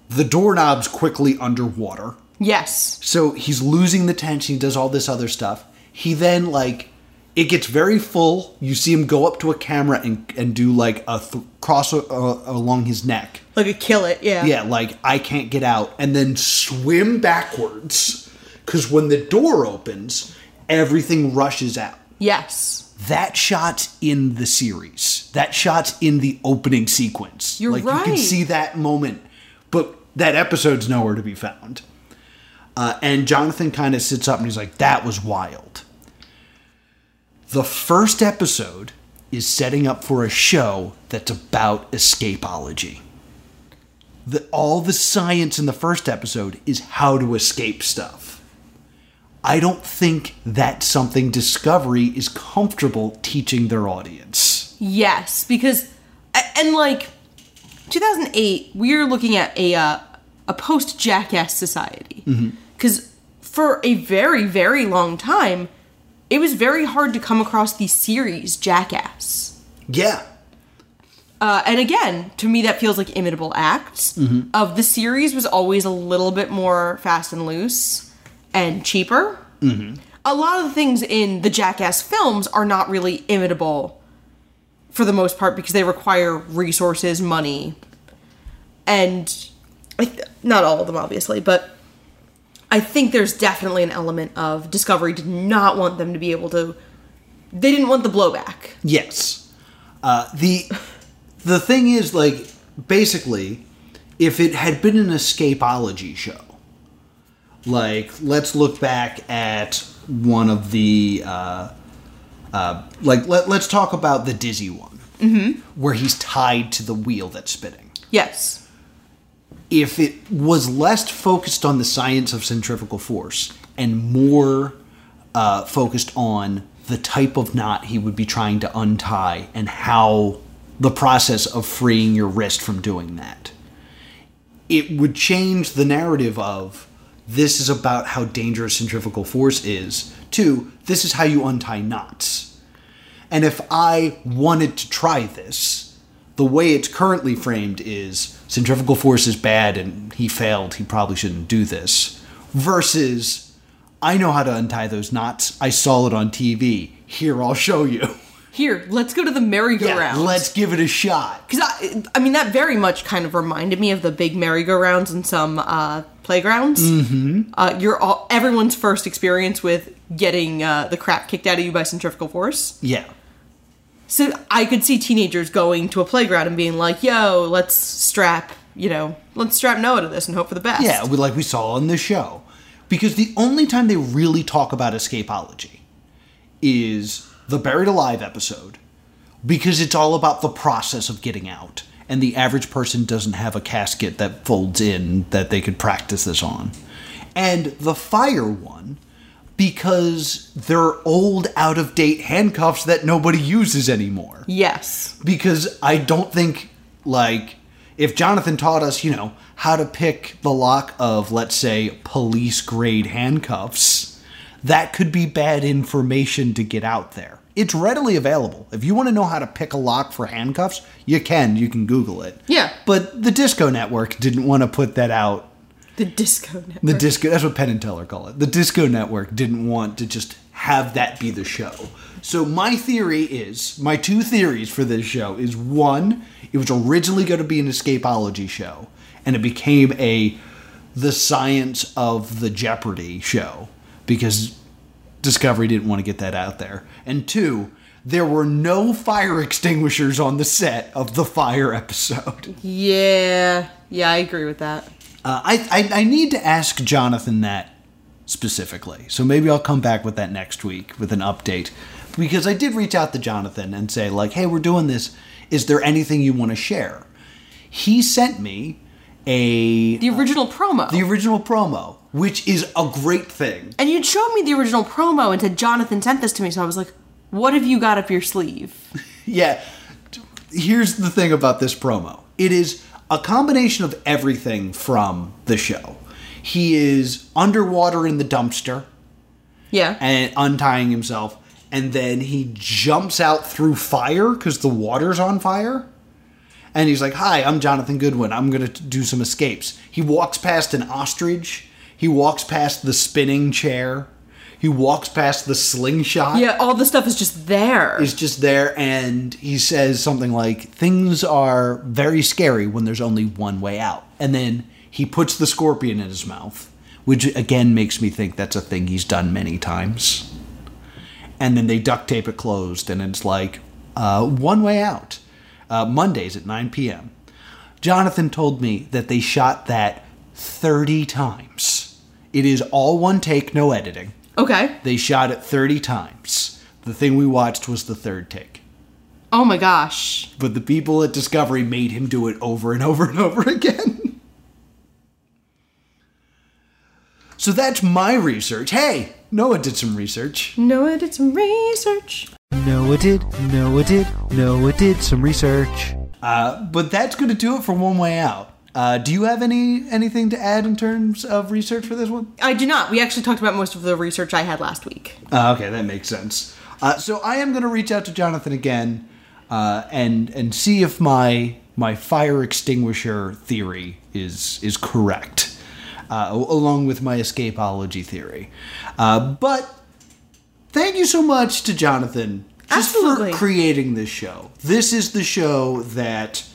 A: the doorknob's quickly underwater
B: Yes.
A: so he's losing the tension. He does all this other stuff. He then like it gets very full. You see him go up to a camera and and do like a th- cross uh, along his neck.
B: Like a kill it. Yeah.
A: Yeah, like I can't get out, and then swim backwards because when the door opens, everything rushes out.
B: Yes.
A: That shot's in the series. That shot's in the opening sequence.
B: You're
A: like, You
B: right.
A: can see that moment, but that episode's nowhere to be found. Uh, and Jonathan kind of sits up and he's like, "That was wild." The first episode is setting up for a show that's about escapology. The, all the science in the first episode is how to escape stuff. I don't think that's something Discovery is comfortable teaching their audience.
B: Yes, because a- and like 2008, we're looking at a uh, a post Jackass society because for a very very long time, it was very hard to come across the series Jackass.
A: Yeah.
B: Uh, and again, to me, that feels like imitable acts. Of the series was always a little bit more fast and loose and cheaper. A lot of the things in the Jackass films are not really imitable for the most part because they require resources, money, and I th- not all of them, obviously, but I think there's definitely an element of Discovery did not want them to be able to. They didn't want the blowback.
A: Yes. Uh, the the thing is like basically if it had been an escapology show like let's look back at one of the uh, uh, like let, let's talk about the dizzy one where he's tied to the wheel that's spinning
B: Yes.
A: if it was less focused on the science of centrifugal force and more uh, focused on the type of knot he would be trying to untie and how the process of freeing your wrist from doing that, it would change the narrative of this is about how dangerous centrifugal force is to this is how you untie knots. And if I wanted to try this, the way it's currently framed is centrifugal force is bad and he failed, he probably shouldn't do this, versus I know how to untie those knots, I saw it on TV, here I'll show you.
B: Here, let's go to the merry-go-round.
A: let's give it a shot.
B: Because I, I mean, that very much kind of reminded me of the big merry-go-rounds in some uh, playgrounds. Mm-hmm. Uh, you're all everyone's first experience with getting uh, the crap kicked out of you by centrifugal force.
A: Yeah.
B: So I could see teenagers going to a playground and being like, "Yo, let's strap, you know, let's strap Noah to this and hope for the best."
A: Yeah, we, like we saw on the show. Because the only time they really talk about escapology is the Buried Alive episode, because it's all about the process of getting out. And the average person doesn't have a casket that folds in that they could practice this on. And the fire one, because they're old, out of date handcuffs that nobody uses anymore
B: Yes.
A: because I don't think like if Jonathan taught us, you know, how to pick the lock of let's say police grade handcuffs, that could be bad information to get out there. It's readily available. If you want to know how to pick a lock for handcuffs, you can. You can Google it.
B: Yeah.
A: But the Disco Network didn't want to put that out.
B: The disco network.
A: The Disco, that's what Penn and Teller call it. The Disco Network didn't want to just have that be the show. So my theory is, my two theories for this show is one, it was originally going to be an escapology show, and it became a the science of the Jeopardy show because Discovery didn't want to get that out there. And two, there were no fire extinguishers on the set of the fire episode.
B: yeah. Yeah, I agree with that.
A: Uh, I, I I need to ask Jonathan that specifically. So maybe I'll come back with that next week with an update because I did reach out to Jonathan and say like, "Hey, we're doing this. Is there anything you want to share?" He sent me a
B: The original promo.
A: Uh, the original promo, which is a great thing.
B: And you'd showed me the original promo and said, Jonathan sent this to me. So I was like, what have you got up your sleeve?
A: Yeah. Here's the thing about this promo it is a combination of everything from the show. He is underwater in the dumpster
B: Yeah.
A: and untying himself, and then he jumps out through fire because the water's on fire. And he's like, "Hi, I'm Jonathan Goodwin. I'm gonna t- do some escapes." He walks past an ostrich. He walks past the spinning chair. He walks past the slingshot
B: yeah, all the stuff is just there.
A: is just there and he says something like things are very scary when there's only one way out and then he puts the scorpion in his mouth which again makes me think that's a thing he's done many times and then they duct tape it closed and it's like uh, one way out uh, mondays at 9 p.m jonathan told me that they shot that 30 times it is all one take no editing
B: okay.
A: they shot it 30 times. The thing we watched was the third take.
B: Oh my gosh.
A: But the people at Discovery made him do it over and over and over again. So that's my research. Hey, Noah did some research.
B: Noah did some research.
J: Noah did, Noah did, Noah did some research.
A: Uh, but that's going to do it for One Way Out. Uh, do you have any anything to add in terms of research for this one?
B: I do not. We actually talked about most of the research I had last week.
A: Uh, okay, that makes sense. Uh, so I am going to reach out to Jonathan again uh, and and see if my my fire extinguisher theory is is correct, uh, along with my escapology theory. Uh, but thank you so much to Jonathan just
B: Absolutely.
A: for creating this show. This is the show that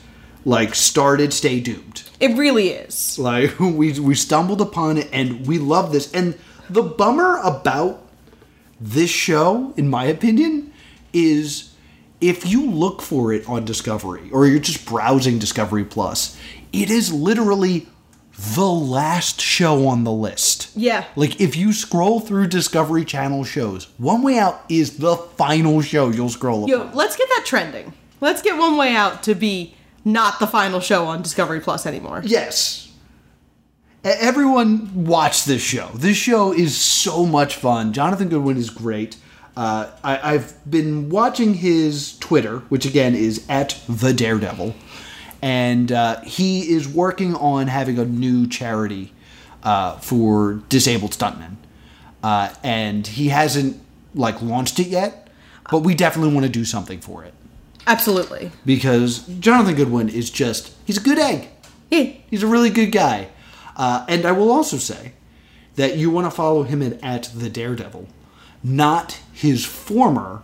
A: like started Stay Doomed.
B: It really is.
A: Like we we stumbled upon it and we love this. And the bummer about this show, in my opinion, is if you look for it on Discovery or you're just browsing Discovery Plus, it is literally the last show on the list.
B: Yeah.
A: Like if you scroll through Discovery Channel shows, One Way Out is the final show you'll scroll
B: Yo,
A: upon.
B: let's get that trending. Let's get One Way Out to be not the final show on Discovery Plus anymore.
A: Yes. E- Everyone watch this show. This show is so much fun. Jonathan Goodwin is great. Uh, I, I've been watching his Twitter, which again is at the Daredevil, and uh, he is working on having a new charity uh, for disabled stuntmen, uh, and he hasn't like launched it yet, but we definitely want to do something for it
B: Absolutely.
A: because Jonathan Goodwin is just—he's a good egg.
B: Yeah.
A: He's a really good guy. Uh, and I will also say that you want to follow him at, at the Daredevil, not his former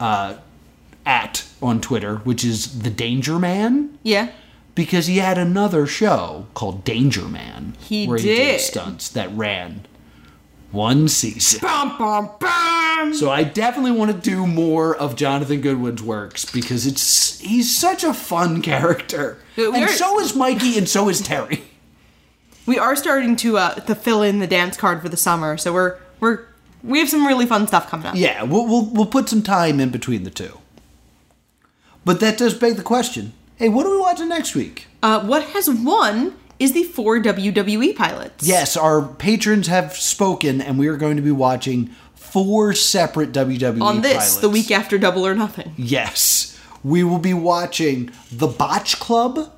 A: uh, at on Twitter, which is the Danger Man,
B: Yeah.
A: because he had another show called Danger Man
B: He
A: where he
B: did.
A: did stunts that ran one season.
B: Bum, bum, bum.
A: So I definitely want to do more of Jonathan Goodwin's works because it's he's such a fun character.
B: Dude, we
A: and
B: are-
A: so is Mikey and so is Terry.
B: We are starting to uh to fill in the dance card for the summer, so we're we're we have some really fun stuff coming up.
A: Yeah, we'll, we'll we'll put some time in between the two. But that does beg the question: Hey, what are we watching next week?
B: Uh, what has won is the four WWE pilots.
A: Yes, our patrons have spoken, and we are going to be watching four separate WWE
B: On this, the
A: E pilots.
B: week after Double or Nothing.
A: Yes, we will be watching the Botch Club,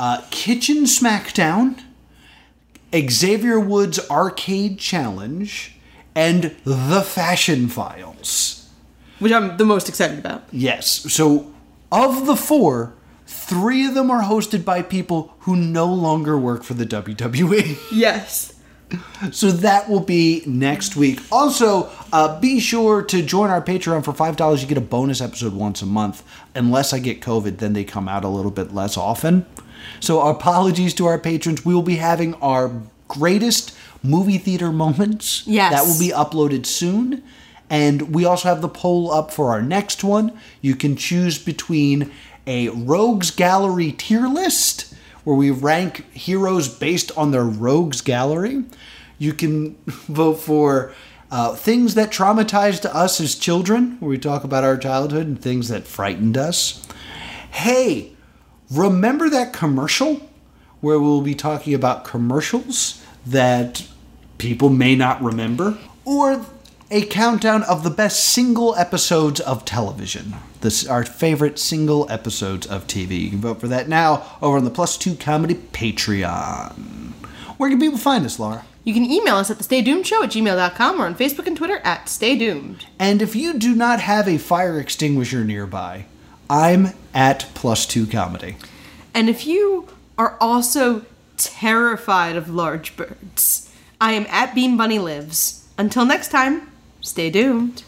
A: uh, Kitchen Smackdown, Xavier Woods Arcade Challenge, and the Fashion Files.
B: Which I'm the most excited about.
A: Yes. So, of the four, three of them are hosted by people who no longer work for the WWE.
B: Yes.
A: so, that will be next week. Also, uh, be sure to join our Patreon for $5. You get a bonus episode once a month. Unless I get COVID, then they come out a little bit less often. So, apologies to our patrons. We will be having our greatest movie theater moments.
B: Yes.
A: That will be uploaded soon. And we also have the poll up for our next one. You can choose between a Rogues Gallery tier list, where we rank heroes based on their Rogues Gallery. You can vote for uh, things that traumatized us as children, where we talk about our childhood and things that frightened us. Hey, remember that commercial where we'll be talking about commercials that people may not remember, or a countdown of the best single episodes of television. This our favorite single episodes of TV. You can vote for that now over on the Plus Two Comedy Patreon. Where can people find us, Laura?
B: You can email us at the Stay Doomed Show at gmail.com or on Facebook and Twitter at Stay Doomed.
A: And if you do not have a fire extinguisher nearby, I'm at Plus Two Comedy.
B: And if you are also terrified of large birds, I am at Beam Bunny Lives. Until next time, stay doomed.